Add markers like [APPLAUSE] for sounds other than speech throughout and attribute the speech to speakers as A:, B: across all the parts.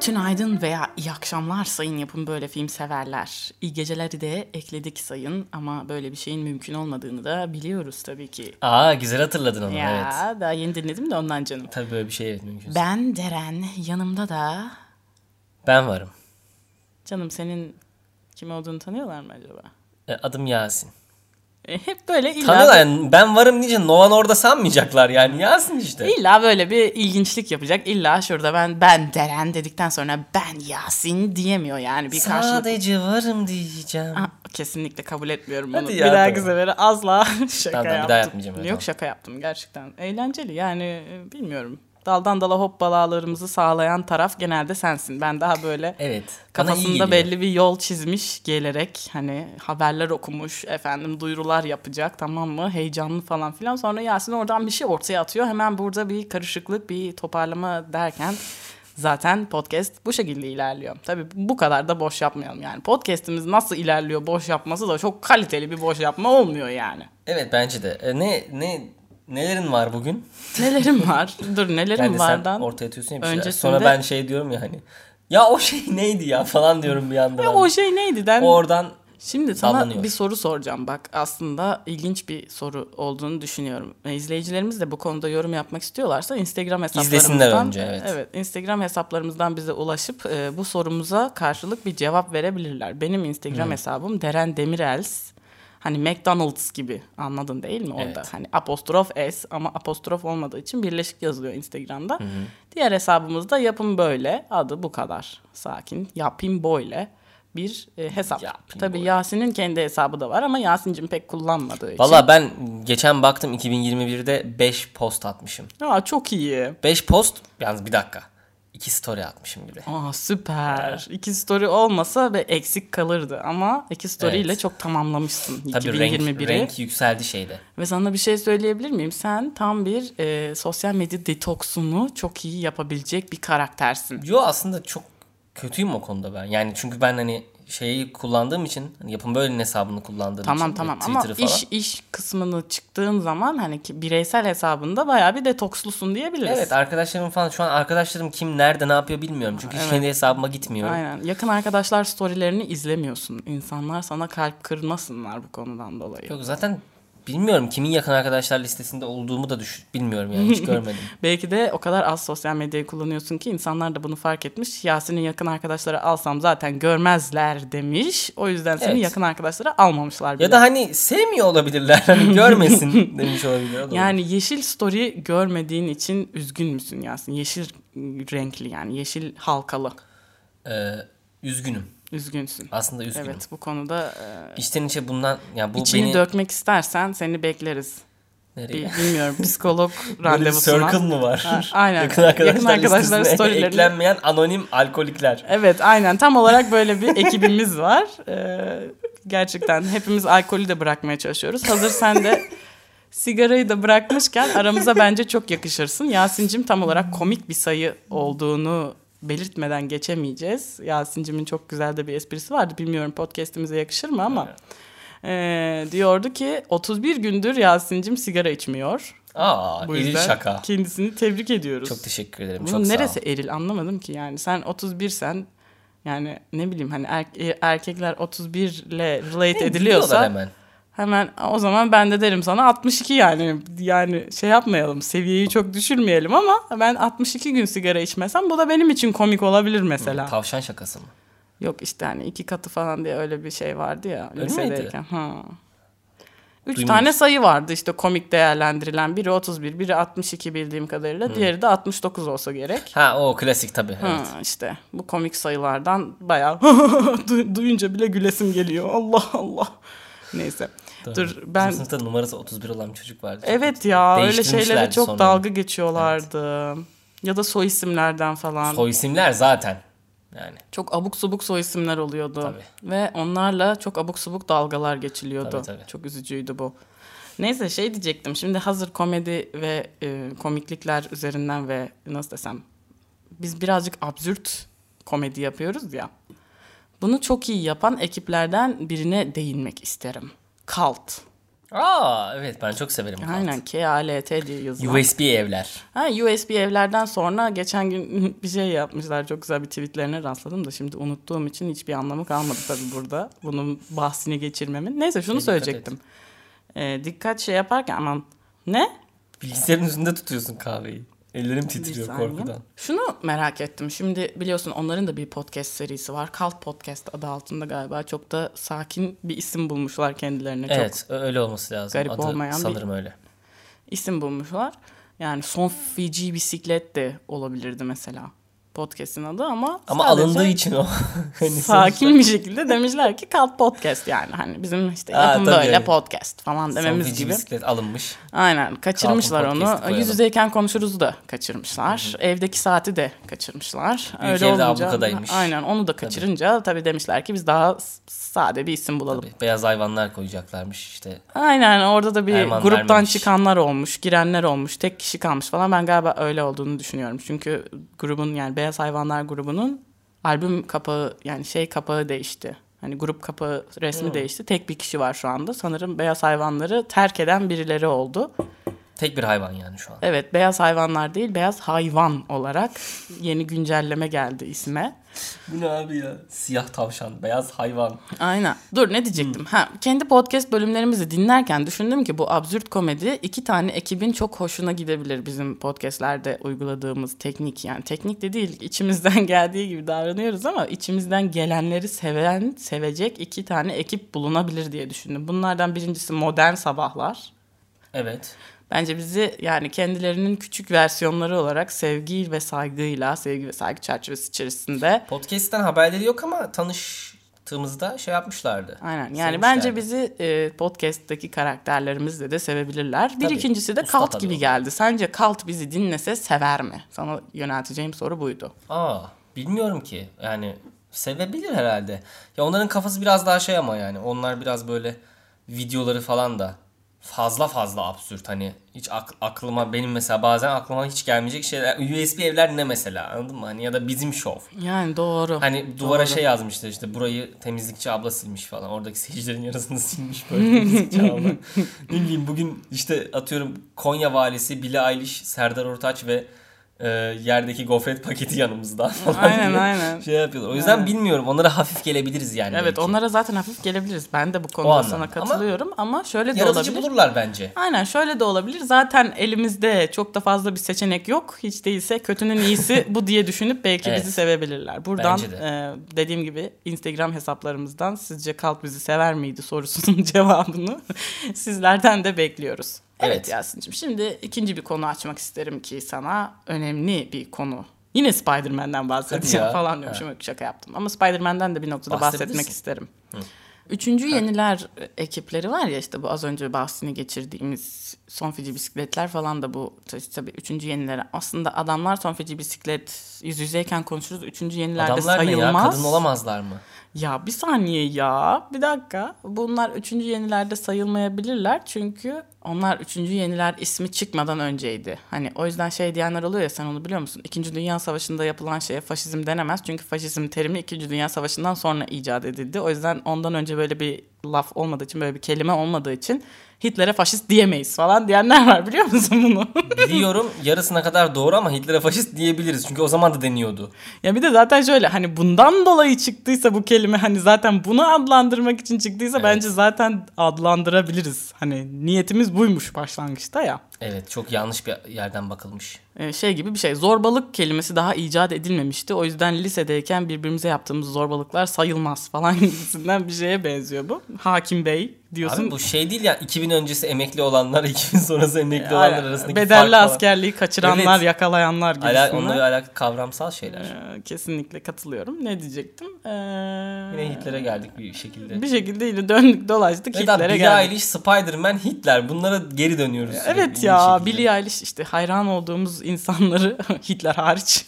A: Tünaydın veya iyi akşamlar sayın yapın böyle film severler. İyi geceleri de ekledik sayın ama böyle bir şeyin mümkün olmadığını da biliyoruz tabii ki.
B: Aa güzel hatırladın onu evet.
A: Ya daha yeni dinledim de ondan canım.
B: Tabii böyle bir şey evet mümkün. Ben,
A: Ben Deren, yanımda da
B: varım.
A: canım senin kim olduğunu tanıyorlar mı acaba?
B: E, Adım Yasin.
A: E, hep böyle illa,
B: Tanıyorlar yani ben varım deyince Novan orada sanmayacaklar yani Yasin işte.
A: illa böyle bir ilginçlik yapacak. İlla şurada ben ben Deren dedikten sonra ben Yasin diyemiyor yani bir karşılık.
B: Sadece varım diyeceğim.
A: Aa, kesinlikle kabul etmiyorum bunu.
B: Hadi
A: bir
B: ya,
A: dahaki
B: tamam.
A: sefere asla [LAUGHS] şaka
B: Tamam, tamam, bir daha
A: yaptım.
B: yapmayacağım, evet,
A: Yok
B: tamam.
A: şaka yaptım gerçekten. Eğlenceli yani e, bilmiyorum. Daldan dala hoppalalarımızı sağlayan taraf genelde sensin. Ben daha
B: [LAUGHS]
A: böyle
B: Evet. Bana iyi
A: kafasında
B: geliyor.
A: belli bir yol çizmiş gelerek hani haberler okumuş efendim duyurular yapacak tamam mı heyecanlı falan filan sonra Yasin oradan bir şey ortaya atıyor hemen burada bir karışıklık bir toparlama derken zaten podcast bu şekilde ilerliyor. Tabii bu kadar da boş yapmayalım yani podcastimiz nasıl ilerliyor boş yapması da çok kaliteli bir boş yapma olmuyor yani.
B: Evet bence de. E, ne ne nelerin var bugün?
A: Nelerim var dur nelerim
B: Yani sen
A: vardan.
B: ortaya atıyorsun ya bir şeyler.
A: öncesinde-
B: Sonra ben şey diyorum ya hani. Ya o şey [LAUGHS] neydi ya falan diyorum bir anda.
A: Ya
B: ben.
A: o şey neydi? Ben
B: Oradan
A: Şimdi sana
B: Sallanıyor.
A: bir soru soracağım bak aslında ilginç bir soru olduğunu düşünüyorum. E, İzleyicilerimiz de bu konuda yorum yapmak istiyorlarsa Instagram hesaplarımızdan
B: önce, evet.
A: Instagram hesaplarımızdan bize ulaşıp e, bu sorumuza karşılık bir cevap verebilirler. Benim Instagram
B: Hmm.
A: hesabım Deren Demirels. Hani McDonald's gibi anladın değil mi orada?
B: Evet.
A: Hani apostrof S ama apostrof olmadığı için birleşik yazılıyor Instagram'da. Diğer hesabımızda yapım böyle adı bu kadar sakin yapayım böyle bir e, hesap.
B: Yapayım
A: Tabii
B: böyle.
A: Yasin'in kendi hesabı da var ama Yasin'cim pek kullanmadığı için.
B: valla ben geçen baktım 2021'de 5 post atmışım.
A: Aa, çok iyi.
B: 5 post yalnız bir dakika. 2 story atmışım gibi.
A: Aa, süper. İki story olmasa ve eksik kalırdı ama iki story ile
B: Evet.
A: çok tamamlamışsın
B: Tabii
A: 2021'i.
B: renk, renk yükseldi şeyde.
A: Ve sana bir şey söyleyebilir miyim? Sen tam bir e, sosyal medya detoksunu çok iyi yapabilecek bir karaktersin.
B: Yo aslında çok kötüyüm o konuda ben. Yani çünkü ben hani şeyi kullandığım için hani yapım böyle hesabını kullandığım
A: Tamam
B: için
A: tamam
B: ve
A: ama
B: e, Twitter'ı falan.
A: iş iş kısmını çıktığın zaman hani ki bireysel hesabında bayağı bir detokslusun diyebiliriz.
B: Evet arkadaşlarım falan şu an arkadaşlarım kim nerede ne yapıyor bilmiyorum. Çünkü hiç kendi hesabıma gitmiyorum.
A: Aynen. Yakın arkadaşlar storylerini izlemiyorsun. İnsanlar sana kalp kırmasınlar bu konudan dolayı.
B: Yok zaten bilmiyorum kimin yakın arkadaşlar listesinde olduğumu da düş bilmiyorum
A: [LAUGHS]
B: yani hiç görmedim.
A: Belki de o kadar az sosyal medyayı kullanıyorsun ki insanlar da bunu fark etmiş. Yasin'in yakın arkadaşları alsam zaten görmezler demiş. O yüzden seni
B: Evet.
A: yakın arkadaşlara almamışlar bile.
B: ya da hani sevmiyor olabilirler.
A: [LAUGHS]
B: Hani görmesin demiş olabilir. o da olabilir.
A: Yani yeşil story görmediğin için üzgün müsün Yasin? Yeşil renkli yani yeşil halkalı.
B: Ee, üzgünüm.
A: Üzgünsün.
B: Aslında üzgünüm.
A: Evet bu konuda e,
B: İçten içe bundan yani bu
A: içini
B: beni
A: dökmek istersen seni bekleriz.
B: nereye?
A: Bir,
B: [LAUGHS]
A: bilmiyorum psikolog
B: Böyle bir
A: randevusuna.
B: circle mı var? [LAUGHS]
A: Ha, aynen.
B: Yakın arkadaşlar,
A: Yakın arkadaşlar
B: listesine
A: storylerini-
B: eklenmeyen anonim alkolikler.
A: Evet aynen tam olarak böyle bir ekibimiz var. Ee, gerçekten hepimiz alkolü de bırakmaya çalışıyoruz. Hazır sen de sigarayı da bırakmışken aramıza bence çok yakışırsın. Yasin'cim tam olarak komik bir sayı olduğunu belirtmeden geçemeyeceğiz. Yasin'cimin çok güzel de bir esprisi vardı. Bilmiyorum podcast'imize yakışır mı ama. Ee, diyordu ki 31 gündür Yasin'cim sigara içmiyor.
B: Aa,
A: Bu
B: iyi
A: yüzden
B: şaka.
A: kendisini tebrik ediyoruz.
B: Çok teşekkür ederim.
A: Bunun
B: çok
A: neresi
B: sağ ol.
A: eril anlamadım ki yani. Sen 31 sen yani ne bileyim hani er- e, erkekler 31 ile relate
B: Ne,
A: ediliyorsa
B: Ee, biliyorlar
A: hemen.
B: hemen.
A: "Aa, o zaman ben de derim sana 62 yani yani şey yapmayalım seviyeyi çok düşürmeyelim ama ben 62 gün sigara içmesem bu da benim için komik olabilir mesela.
B: Tavşan şakası mı?
A: Yok işte hani iki katı falan diye öyle bir şey vardı ya
B: Öyle
A: lisedeyken. Ha. Üç
B: Duymamış.
A: tane sayı vardı işte komik değerlendirilen. Biri 31, biri 62 bildiğim kadarıyla. Diğeri de 69 olsa gerek.
B: Ha o klasik tabii.
A: Ha,
B: Evet.
A: işte bu komik sayılardan bayağı [LAUGHS] du- duyunca bile gülesim geliyor. Allah Allah. Neyse. Dur
B: Ben...
A: ben
B: Sınıfta numarası 31 olan bir çocuk vardı.
A: evet ya öyle şeylere
B: Değiştirmişlerdi
A: çok
B: sonra.
A: dalga geçiyorlardı. Ya da soy isimlerden falan.
B: Soy isimler zaten. Yani
A: Çok abuk subuk soy isimler oluyordu.
B: Tabii.
A: Ve onlarla çok abuk subuk dalgalar geçiliyordu.
B: Tabii, tabii.
A: Çok üzücüydü bu. Neyse şey diyecektim. Şimdi hazır komedi ve e, komiklikler üzerinden ve nasıl desem biz birazcık absürt komedi yapıyoruz ya. Bunu çok iyi yapan ekiplerden birine değinmek isterim. Kalt.
B: Aa evet ben çok severim. kağıt.
A: Aynen KALT diye yazılan.
B: USB evler.
A: Ha, USB evlerden sonra geçen gün [LAUGHS] bir şey yapmışlar. Çok güzel bir tweetlerine rastladım da şimdi unuttuğum için hiçbir anlamı kalmadı tabii burada. Bunun bahsini geçirmemin. Neyse şunu
B: Dikkat
A: söyleyecektim. Ee, dikkat şey yaparken aman ne?
B: Bilgisayarın üzerinde tutuyorsun kahveyi. Ellerim
A: Bir
B: titriyor
A: saniye.
B: korkudan.
A: Şunu merak ettim. Şimdi biliyorsun onların da bir podcast serisi var. Cult Podcast adı altında galiba. Çok da sakin bir isim bulmuşlar kendilerine. Çok
B: Evet öyle olması lazım.
A: garip
B: Adı
A: olmayan bir-
B: sanırım öyle.
A: isim bulmuşlar. Yani son Fiji bisiklet de olabilirdi mesela podcast'in adı ama
B: Ama
A: sadece
B: alındığı için o. [LAUGHS] Hani
A: sakin bir şekilde demişler ki Cult Podcast yani hani bizim işte
B: Aa,
A: yapımda
B: tabii.
A: öyle podcast falan
B: sonuçta
A: dememiz
B: savunucu
A: gibi.
B: bisiklet alınmış.
A: Aynen kaçırmışlar
B: Kalkın podcast'i
A: onu.
B: koyalım.
A: Yüz yüzeyken konuşuruz da kaçırmışlar. Evdeki saati de kaçırmışlar.
B: Büyük
A: Öyle
B: evde
A: olunca-
B: ablukadaymış.
A: Aynen onu da kaçırınca tabii. demişler ki biz daha s- sade bir isim bulalım.
B: Tabii, Beyaz hayvanlar koyacaklarmış işte.
A: Aynen orada da bir
B: Erman
A: gruptan
B: vermemiş.
A: çıkanlar olmuş, girenler olmuş, tek kişi kalmış falan. Ben galiba öyle olduğunu düşünüyorum. Çünkü grubun yani Beyaz Hayvanlar grubunun albüm kapağı yani şey kapağı değişti. Hani grup kapağı resmi
B: Hmm.
A: değişti. Tek bir kişi var şu anda. Sanırım Beyaz Hayvanları terk eden birileri oldu.
B: Tek bir hayvan yani şu an.
A: Evet, beyaz hayvanlar değil, beyaz hayvan olarak yeni güncelleme geldi isme.
B: Bu ne abi ya? Siyah tavşan, beyaz hayvan.
A: Aynen. Dur ne diyecektim? Ha, kendi podcast bölümlerimizi dinlerken düşündüm ki bu absürt komedi iki tane ekibin çok hoşuna gidebilir bizim podcastlerde uyguladığımız teknik. Yani teknik de değil, içimizden [LAUGHS] geldiği gibi davranıyoruz ama içimizden gelenleri seven, sevecek iki tane ekip bulunabilir diye düşündüm. Bunlardan birincisi Modern Sabahlar.
B: Evet.
A: Bence bizi yani kendilerinin küçük versiyonları olarak sevgi ve saygıyla, sevgi ve saygı çerçevesi içerisinde.
B: Podcast'ten haberleri yok ama tanıştığımızda şey yapmışlardı.
A: Aynen yani
B: Sevmişlerdi.
A: bence bizi e, podcast'teki karakterlerimizle de sevebilirler. Bir
B: Tabii,
A: ikincisi de
B: usta
A: kalt
B: tabii
A: gibi
B: o.
A: geldi. Sence kalt bizi dinlese sever mi? Sana yönelteceğim soru buydu.
B: Aa, bilmiyorum ki. Yani sevebilir herhalde. Ya onların kafası biraz daha şey ama yani onlar biraz böyle videoları falan da fazla fazla absürt hani hiç ak- aklıma benim mesela bazen aklıma hiç gelmeyecek şeyler USB evler ne mesela anladın mı hani ya da bizim şov
A: Yani doğru.
B: hani duvara şey yazmışlar işte burayı temizlikçi abla silmiş falan oradaki [LAUGHS] seyircilerin yarısını silmiş böyle [LAUGHS] temizlikçi abla ne bileyim bugün işte atıyorum Konya valisi Billie Eilish Serdar Ortaç ve e, yerdeki gofret paketi yanımızda [LAUGHS] falan
A: Aynen
B: diye
A: aynen.
B: şey yapıyorlar. O yüzden bilmiyorum. Onlara hafif gelebiliriz yani.
A: Evet
B: belki.
A: onlara zaten hafif gelebiliriz. Ben de bu
B: anlamda.
A: konuda sana
B: Ama
A: katılıyorum ama, şöyle de
B: yaratıcı
A: olabilir.
B: bulurlar bence.
A: Aynen şöyle de olabilir. Zaten elimizde çok da fazla bir seçenek yok. Hiç değilse kötünün iyisi bu diye düşünüp belki
B: Evet.
A: bizi sevebilirler. Buradan
B: Bence de.
A: e, dediğim gibi Instagram hesaplarımızdan sizce kalp bizi sever miydi sorusunun [LAUGHS] cevabını sizlerden de bekliyoruz. Evet,
B: Evet.
A: Yasin'cim şimdi ikinci bir konu açmak isterim ki sana önemli bir konu. Yine Spider-Man'den bahsedeceğim
B: Hadi ya.
A: falan diyorum.
B: Ha.
A: Şimdi şaka yaptım. Ama Spider-Man'den de bir noktada bahsetmek
B: Bahsedebilirsin.
A: isterim. Üçüncü yeniler ekipleri var ya işte bu az önce bahsini geçirdiğimiz son feci bisikletler falan da bu tabii- tabii üçüncü yeniler. Aslında adamlar son feci bisiklet yüz yüzeyken konuşuruz. Üçüncü yenilerde
B: Adamlar ne ya?
A: sayılmaz.
B: Kadın olamazlar mı?
A: Ya bir saniye ya. Bir dakika. Bunlar üçüncü yenilerde sayılmayabilirler. Çünkü onlar üçüncü yeniler ismi çıkmadan önceydi. Hani o yüzden şey diyenler oluyor ya sen onu biliyor musun? İkinci Dünya Savaşı'nda yapılan şeye faşizm denemez. Çünkü faşizm terimi İkinci Dünya Savaşı'ndan sonra icat edildi. O yüzden ondan önce böyle bir laf olmadığı için böyle bir kelime olmadığı için Hitler'e faşist diyemeyiz falan diyenler var biliyor musun bunu? [LAUGHS]
B: Biliyorum yarısına kadar doğru ama Hitler'e faşist diyebiliriz. Çünkü o zaman da deniyordu.
A: Ya bir de zaten şöyle hani bundan dolayı çıktıysa bu kelime hani zaten bunu adlandırmak için çıktıysa
B: Evet.
A: bence zaten adlandırabiliriz. Hani niyetimiz buymuş başlangıçta ya.
B: Evet çok yanlış bir yerden bakılmış.
A: Ee, şey gibi bir şey zorbalık kelimesi daha icat edilmemişti. O yüzden lisedeyken birbirimize yaptığımız zorbalıklar sayılmaz falan [LAUGHS] gibisinden bir şeye benziyor bu. Hakim Bey diyorsun.
B: Abi bu şey değil ya 2000 öncesi emekli olanlar [LAUGHS] 2000 sonrası emekli olanlar arasındaki fark
A: Ee, bedelli
B: falan.
A: askerliği kaçıranlar,
B: Evet.
A: yakalayanlar gibisinden.
B: Ala, onunla alakalı kavramsal şeyler.
A: Ee, kesinlikle katılıyorum. Ne diyecektim? Ee,
B: Yine Hitler'e geldik bir şekilde.
A: Bir şekilde yine döndük dolaştık
B: Ve daha
A: Hitler'e
B: Billie
A: geldik.
B: Eilish, Spider-Man, Hitler. Bunlara geri dönüyoruz.
A: Evet
B: sürekli
A: ya
B: bir şekilde. [LAUGHS]
A: Billie Eilish işte hayran olduğumuz insanları [LAUGHS] Hitler
B: [LAUGHS]
A: hariç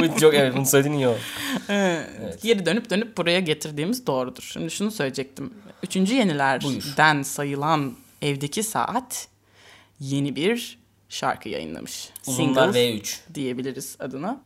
B: Bu çok evet bunu söylediğin iyi oldu.
A: e, geri dönüp dönüp buraya getirdiğimiz doğrudur. Şimdi şunu söyleyecektim. Üçüncü yenilerden sayılan evdeki saat yeni bir şarkı yayınlamış.
B: Uzunlar
A: Single
B: V3.
A: diyebiliriz adına.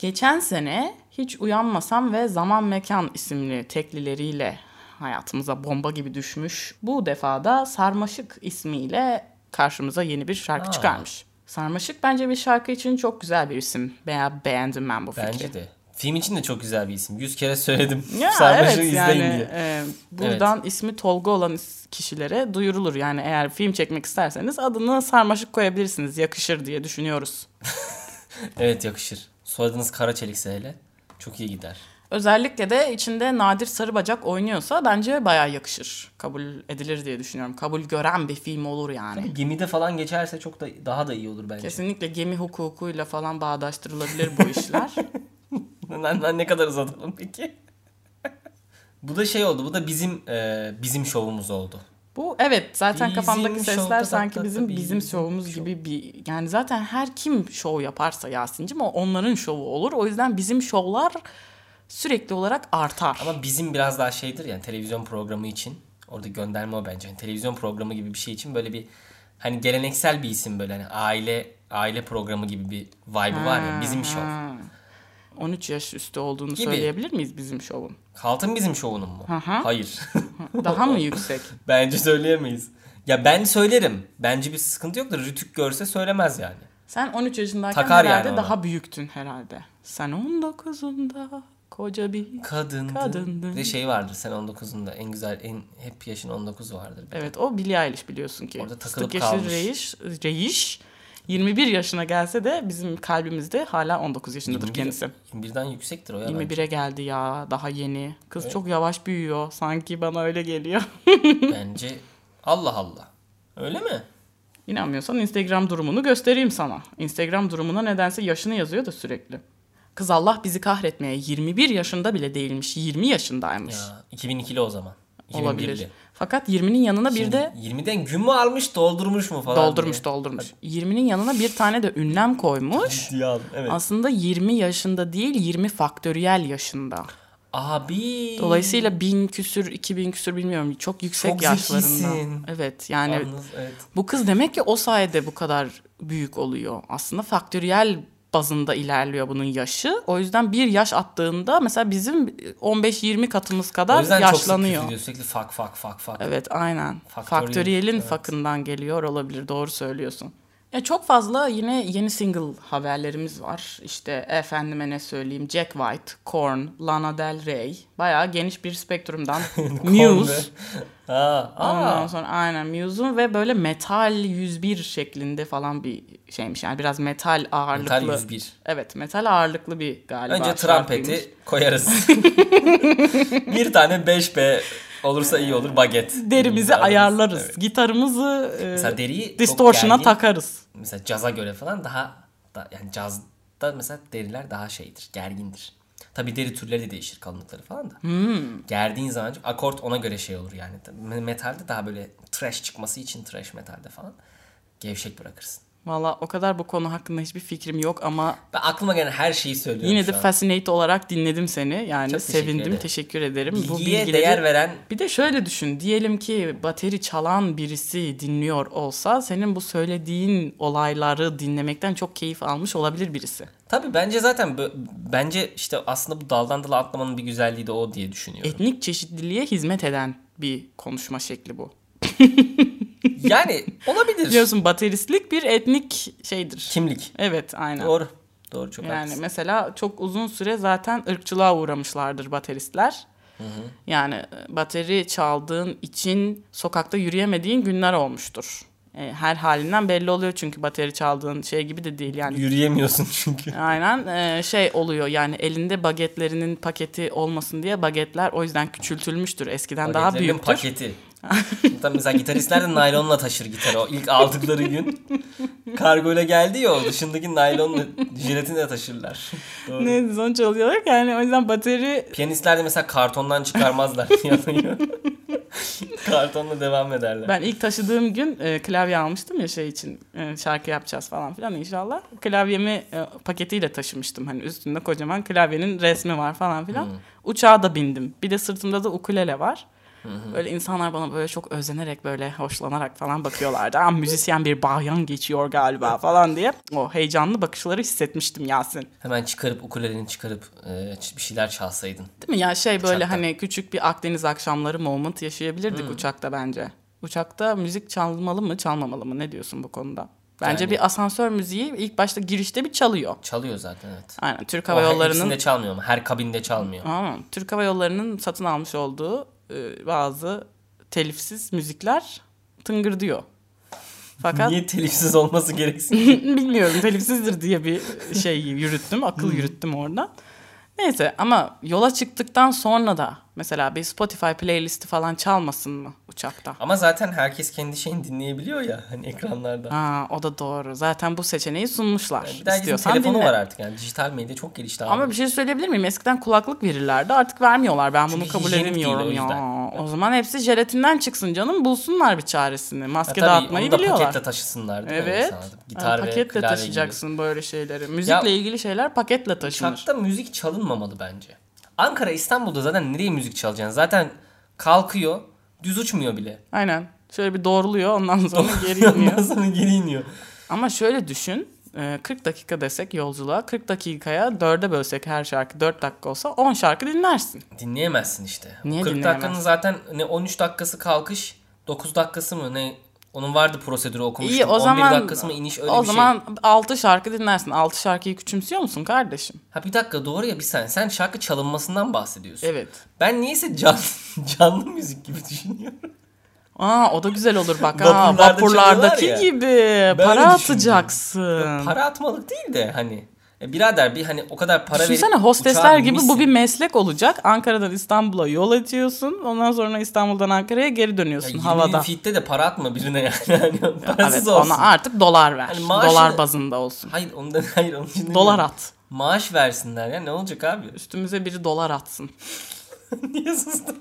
A: Geçen sene Hiç Uyanmasam ve Zaman Mekan isimli teklileriyle hayatımıza bomba gibi düşmüş. Bu defada Sarmaşık ismiyle karşımıza yeni bir şarkı
B: Aa.
A: çıkarmış. Sarmaşık bence bir şarkı için çok güzel bir isim. Veya beğendim ben bu fikri.
B: Bence de. Film için de çok güzel bir isim. Yüz kere söyledim. [LAUGHS]
A: Ya
B: Sarmaşığı
A: evet
B: izleyin
A: yani
B: diye.
A: e, buradan ismi Tolga olan is- kişilere duyurulur. Yani eğer film çekmek isterseniz adını sarmaşık koyabilirsiniz. Yakışır diye düşünüyoruz.
B: Evet yakışır. Soyadınız Kara Çelikse hele. Çok iyi gider.
A: Özellikle de içinde Nadir Sarıbacak oynuyorsa bence bayağı yakışır. Kabul edilir diye düşünüyorum. Kabul gören bir film olur yani.
B: Gemide falan geçerse çok da daha da iyi olur bence.
A: Kesinlikle gemi hukukuyla falan bağdaştırılabilir bu
B: [LAUGHS]
A: işler.
B: Ne- ne- ne kadar uzatalım peki? bu da şey oldu. Bu da bizim e, bizim şovumuz oldu.
A: Bu evet zaten
B: Bizim
A: kafamdaki
B: şovda
A: sesler
B: da-
A: sanki
B: da-
A: bizim
B: tabii
A: bizim
B: bizim
A: şovumuz
B: şov.
A: gibi bir yani zaten her kim şov yaparsa Yasin'cim o onların şovu olur. O yüzden bizim şovlar sürekli olarak artar.
B: Ama bizim biraz daha şeydir yani televizyon programı için. Orada gönderme o bence. Yani televizyon programı gibi bir şey için böyle bir hani geleneksel bir isim böyle hani aile aile programı gibi bir vibe'ı var ya bizim şov.
A: Ha. 13 yaş üstü olduğunu
B: Gibi.
A: söyleyebilir miyiz bizim şovun?
B: Haltın bizim şovunun mu?
A: hı.
B: Hayır. [LAUGHS]
A: Daha mı yüksek?
B: Bence söyleyemeyiz. Ya ben söylerim. Bence bir sıkıntı yoktur. Rütük görse söylemez yani.
A: Sen 13 yaşındayken
B: Takar yani
A: herhalde
B: ona.
A: daha büyüktün herhalde. Sen 19'unda koca bir...
B: Kadındı.
A: Kadındı.
B: Bir de şey vardır sen 19'unda en güzel en hep yaşın 19 vardır.
A: Evet o Billie Eilish biliyorsun ki.
B: Orada takılıp
A: Fıstık Yeşil
B: kalmış.
A: Reyiş, Reyiş 21 yaşına gelse de bizim kalbimizde hala 19 yaşındadır
B: 21
A: kendisi.
B: 21'den yüksektir o ya. bence.
A: 21'e geldi ya daha yeni. Kız çok yavaş büyüyor sanki bana öyle geliyor. [LAUGHS]
B: [LAUGHS] Bence Allah Allah. Öyle mi?
A: İnanmıyorsan Instagram durumunu göstereyim sana. Instagram durumuna nedense yaşını yazıyor da sürekli. Kız Allah bizi kahretmeye 21 yaşında bile değilmiş. 20 yaşındaymış.
B: Ya 2002'li o zaman. 2001'li.
A: Olabilir. Fakat 20'nin yanına bir
B: Şimdi
A: de
B: 20'den gün mü almış doldurmuş mu falan
A: doldurmuş
B: diye.
A: doldurmuş. 20'nin yanına bir tane de ünlem koymuş.
B: Ciddiye aldım, şey Evet.
A: Aslında 20 yaşında değil 20 faktöriyel yaşında.
B: Abi.
A: Dolayısıyla 1000 küsür 2000 küsür bilmiyorum çok yüksek
B: Çok
A: yaşlarında.
B: zekisin.
A: Evet yani
B: Yalnız, evet.
A: bu kız demek ki o sayede bu kadar büyük oluyor. Aslında faktöriyel bazında ilerliyor bunun yaşı. O yüzden bir yaş attığında mesela bizim 15-20 katımız
B: O
A: kadar
B: yüzden
A: yaşlanıyor.
B: çok sık küfür ediyor. Sürekli fak fak fak fak.
A: Evet aynen.
B: Faktöriyel,
A: Faktöriyelin
B: evet.
A: fakından geliyor olabilir. Doğru söylüyorsun. Ya çok fazla yine yeni single haberlerimiz var. İşte efendime ne söyleyeyim Jack White, Korn, Lana Del Rey. Bayağı geniş bir
B: [LAUGHS]
A: spektrumdan Muse.
B: Aa, aa.
A: Ondan sonra aynen Muse'un ve böyle metal 101 şeklinde falan bir şeymiş. Yani biraz metal ağırlıklı.
B: Metal 101.
A: Evet metal ağırlıklı bir galiba.
B: Önce
A: şarkıymış.
B: trampeti
A: [LAUGHS]
B: koyarız. bir tane 5B olursa iyi olur baget.
A: Derimizi
B: Aramız,
A: ayarlarız.
B: Hmm, evet.
A: Gitarımızı e,
B: Mesela deriyi çok
A: distortion'a
B: gergin-
A: takarız.
B: Mesela caza göre falan daha, da- yani cazda mesela deriler daha şeydir, gergindir. Tabii deri türleri de değişir, kalınlıkları falan da.
A: Hmm.
B: Gerdiğin zaman çok- akort ona göre şey olur yani. Me- Metalde daha böyle trash çıkması için trash metalde falan gevşek bırakırsın.
A: Valla o kadar bu konu hakkında hiçbir fikrim yok ama
B: Ben aklıma gelen her şeyi söylüyorum
A: yine
B: şu
A: de
B: an.
A: fascinate olarak dinledim seni. Yani
B: Çok teşekkür
A: sevindim,
B: ederim.
A: teşekkür ederim. bu
B: Bilgiye
A: bilgileri...
B: değer veren
A: Bir de şöyle düşün. Diyelim ki bateri çalan birisi dinliyor olsa senin bu söylediğin olayları dinlemekten çok keyif almış olabilir birisi.
B: Tabii bence zaten bö- bence işte aslında bu daldan dala atlamanın bir güzelliği de o diye
A: [LAUGHS]
B: düşünüyorum.
A: Etnik çeşitliliğe hizmet eden bir konuşma şekli bu.
B: yani olabilir.
A: Biliyorsun bateristlik bir etnik şeydir.
B: Kimlik.
A: Evet aynen.
B: Doğru. Doğru çok
A: Yani
B: haklısın.
A: mesela çok uzun süre zaten ırkçılığa uğramışlardır bateristler. Yani e, bateri çaldığın için sokakta yürüyemediğin günler olmuştur. E, Her halinden belli oluyor çünkü bateri çaldığın şey gibi de değil yani.
B: Yürüyemiyorsun
A: [LAUGHS]
B: çünkü.
A: Aynen e, şey oluyor yani elinde bagetlerinin paketi olmasın diye bagetler o yüzden küçültülmüştür. Eskiden daha
B: Paketlerin
A: büyüktür.
B: paketi. Tabii mesela gitaristler de naylonla taşır gitarı. O ilk aldıkları gün kargoyla geldi ya o dışındaki naylonla jiletinle taşırlar. Doğru.
A: Ne son çalıyorlar ki? yani o yüzden bateri
B: Piyanistler de mesela kartondan çıkarmazlar. [LAUGHS] Kartonla devam ederler.
A: Ben ilk taşıdığım gün e, klavye almıştım ya şey için e, şarkı yapacağız falan filan inşallah. Klavyemi e, paketiyle taşımıştım hani üstünde kocaman klavyenin resmi var falan filan. Uçağa da bindim bir de sırtımda da ukulele var. Böyle insanlar bana böyle çok özenerek böyle hoşlanarak falan bakıyorlardı. Aa, müzisyen bir bayan geçiyor galiba falan diye. O heyecanlı bakışları hissetmiştim Yasin.
B: Hemen çıkarıp ukuleleni çıkarıp e, ç- bir şeyler çalsaydın.
A: Değil mi? Ya şey böyle
B: Uçakta. Hmm.
A: hani küçük bir Akdeniz akşamları moment yaşayabilirdik uçakta bence. Uçakta müzik çalmalı mı çalmamalı mı ne diyorsun bu konuda? Bence
B: Yani-
A: bir asansör müziği ilk başta girişte bir çalıyor.
B: Çalıyor zaten evet.
A: Aynen Türk
B: Ama
A: Hava
B: her
A: Yolları'nın
B: ikisinde çalmıyor ama her kabinde çalmıyor.
A: Aa, Türk Hava Yolları'nın satın almış olduğu e, bazı telifsiz müzikler tıngırdıyor. Fakat
B: Niye telifsiz olması gereksin?
A: [LAUGHS] bilmiyorum telifsizdir diye bir şey yürüttüm, akıl
B: Hmm.
A: yürüttüm oradan. Neyse ama yola çıktıktan sonra da mesela bir Spotify playlisti falan çalmasın mı uçakta?
B: Ama zaten herkes kendi şeyini dinleyebiliyor ya hani ekranlarda.
A: Aa, o da doğru. Zaten bu seçeneği sunmuşlar.
B: Bir de herkesin
A: İstiyorsan
B: telefonu
A: dinle.
B: var artık yani dijital medya çok gelişti abi.
A: Ama bir şey söyleyebilir miyim? Eskiden kulaklık verirlerdi. Artık vermiyorlar. Ben bunu
B: Çünkü
A: kabul
B: hijyenik değil
A: edemiyorum
B: o
A: ya.
B: yüzden.
A: O zaman hepsi jelatinden çıksın canım. Bulsunlar bir çaresini.
B: Ha,
A: Maske
B: tabii,
A: dağıtmayı
B: onu da
A: biliyorlar.
B: paketle taşısınlar değil mi?
A: Evet.
B: Mesela
A: Ha,
B: Gitar ve
A: paketle
B: klavye taşıyacaksın.
A: taşıyacaksın böyle şeyleri. Müzikle ilgili şeyler paketle taşınır.
B: Uçakta müzik çalınmamalı bence. Ankara İstanbul'da zaten nereye müzik çalacaksın? Zaten kalkıyor düz uçmuyor bile.
A: Aynen. Şöyle bir doğruluyor ondan sonra geri
B: [LAUGHS] Ondan
A: iniyor.
B: sonra geri iniyor.
A: Ama şöyle düşün. e, 40 dakika desek yolculuğa 40 dakikaya dörde bölsek her şarkı 4 dakika olsa 10 şarkı dinlersin.
B: Dinleyemezsin işte.
A: Niye
B: 40
A: dinleyemezsin?
B: dakikanın zaten ne 13 dakikası kalkış, 9 dakikası mı ne onun vardı prosedürü okumuştum.
A: İyi o
B: 11
A: zaman
B: dakikası mı iniş öyle
A: o
B: bir şey.
A: zaman 6 şarkı dinlersin. 6 şarkıyı küçümsüyor musun kardeşim?
B: Ha bir dakika doğru ya bir saniye. Sen şarkı çalınmasından bahsediyorsun.
A: Evet.
B: Ben niyeyse canlı, [LAUGHS] canlı müzik gibi düşünüyorum.
A: Aa o da güzel olur bak ha
B: Vapurlarda
A: vapurlardaki
B: çalıyorlar ya.
A: gibi
B: Ben
A: para
B: öyle düşündüm.
A: atacaksın.
B: Para atmalık değil de hani. E, birader bir hani o kadar para
A: Düşünsene
B: verip
A: hostesler
B: uçağa
A: gibi bu
B: binmişsin.
A: bir meslek olacak. Ankara'dan İstanbul'a yol açıyorsun. Ondan sonra İstanbul'dan Ankara'ya geri
B: Ya,
A: dönüyorsun
B: 20
A: havada.
B: fitte de para atma birine yani. [LAUGHS] yani parasız
A: Evet
B: olsun.
A: ona artık dolar ver.
B: Hani maaşını-
A: Dolar bazında olsun.
B: Hayır ondan hayır onun için
A: Dolar
B: demiyorum.
A: at.
B: Maaş versinler ya ne olacak abi? [LAUGHS]
A: Üstümüze biri dolar atsın.
B: Niye sustun?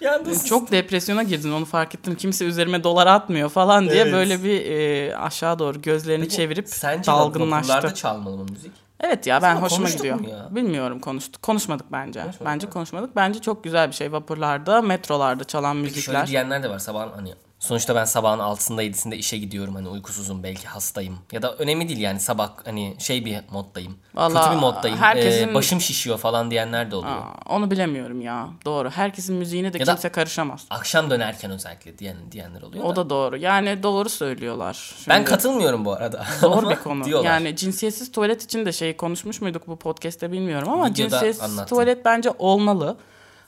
B: bir anda sustun.
A: Hani Çok depresyona girdin onu fark ettim. Kimse üzerime dolar atmıyor falan diye
B: Evet.
A: böyle bir e, aşağı doğru gözlerini çevirip
B: Sence
A: dalgınlaştı.
B: dalgınlaştı. çalmalı mı müzik?
A: Evet ya ben
B: Sana
A: hoşuma
B: konuştuk
A: gidiyor.
B: mu ya?
A: Bilmiyorum konuştuk. Konuşmadık bence.
B: Konuşmadık
A: bence konuşmadık. Bence çok güzel bir şey. Vapurlarda, metrolarda çalan
B: Peki
A: müzikler.
B: şöyle diyenler de var sabahın hani sonuçta ben sabahın altısında yedisinde işe gidiyorum hani uykusuzum belki hastayım ya da önemli değil yani sabah hani şey bir moddayım
A: Vallahi
B: kötü bir moddayım
A: herkesin-
B: Ee, başım şişiyor falan diyenler de oluyor.
A: Aa, onu bilemiyorum ya. Doğru. Herkesin müziğine de
B: Ya da-
A: kimse karışamaz.
B: Akşam dönerken özellikle diyen diyenler oluyor.
A: O
B: da.
A: da doğru. Yani doğru söylüyorlar. Şimdi
B: Ben katılmıyorum bu arada.
A: [LAUGHS] zor
B: Ama
A: bir konu.
B: [LAUGHS] Diyorlar.
A: Yani cinsiyetsiz tuvalet için de şeyi konuşmuş muyduk bu podcast'te bilmiyorum ama
B: Videoda
A: cinsiyetsiz
B: anlattın.
A: tuvalet bence olmalı.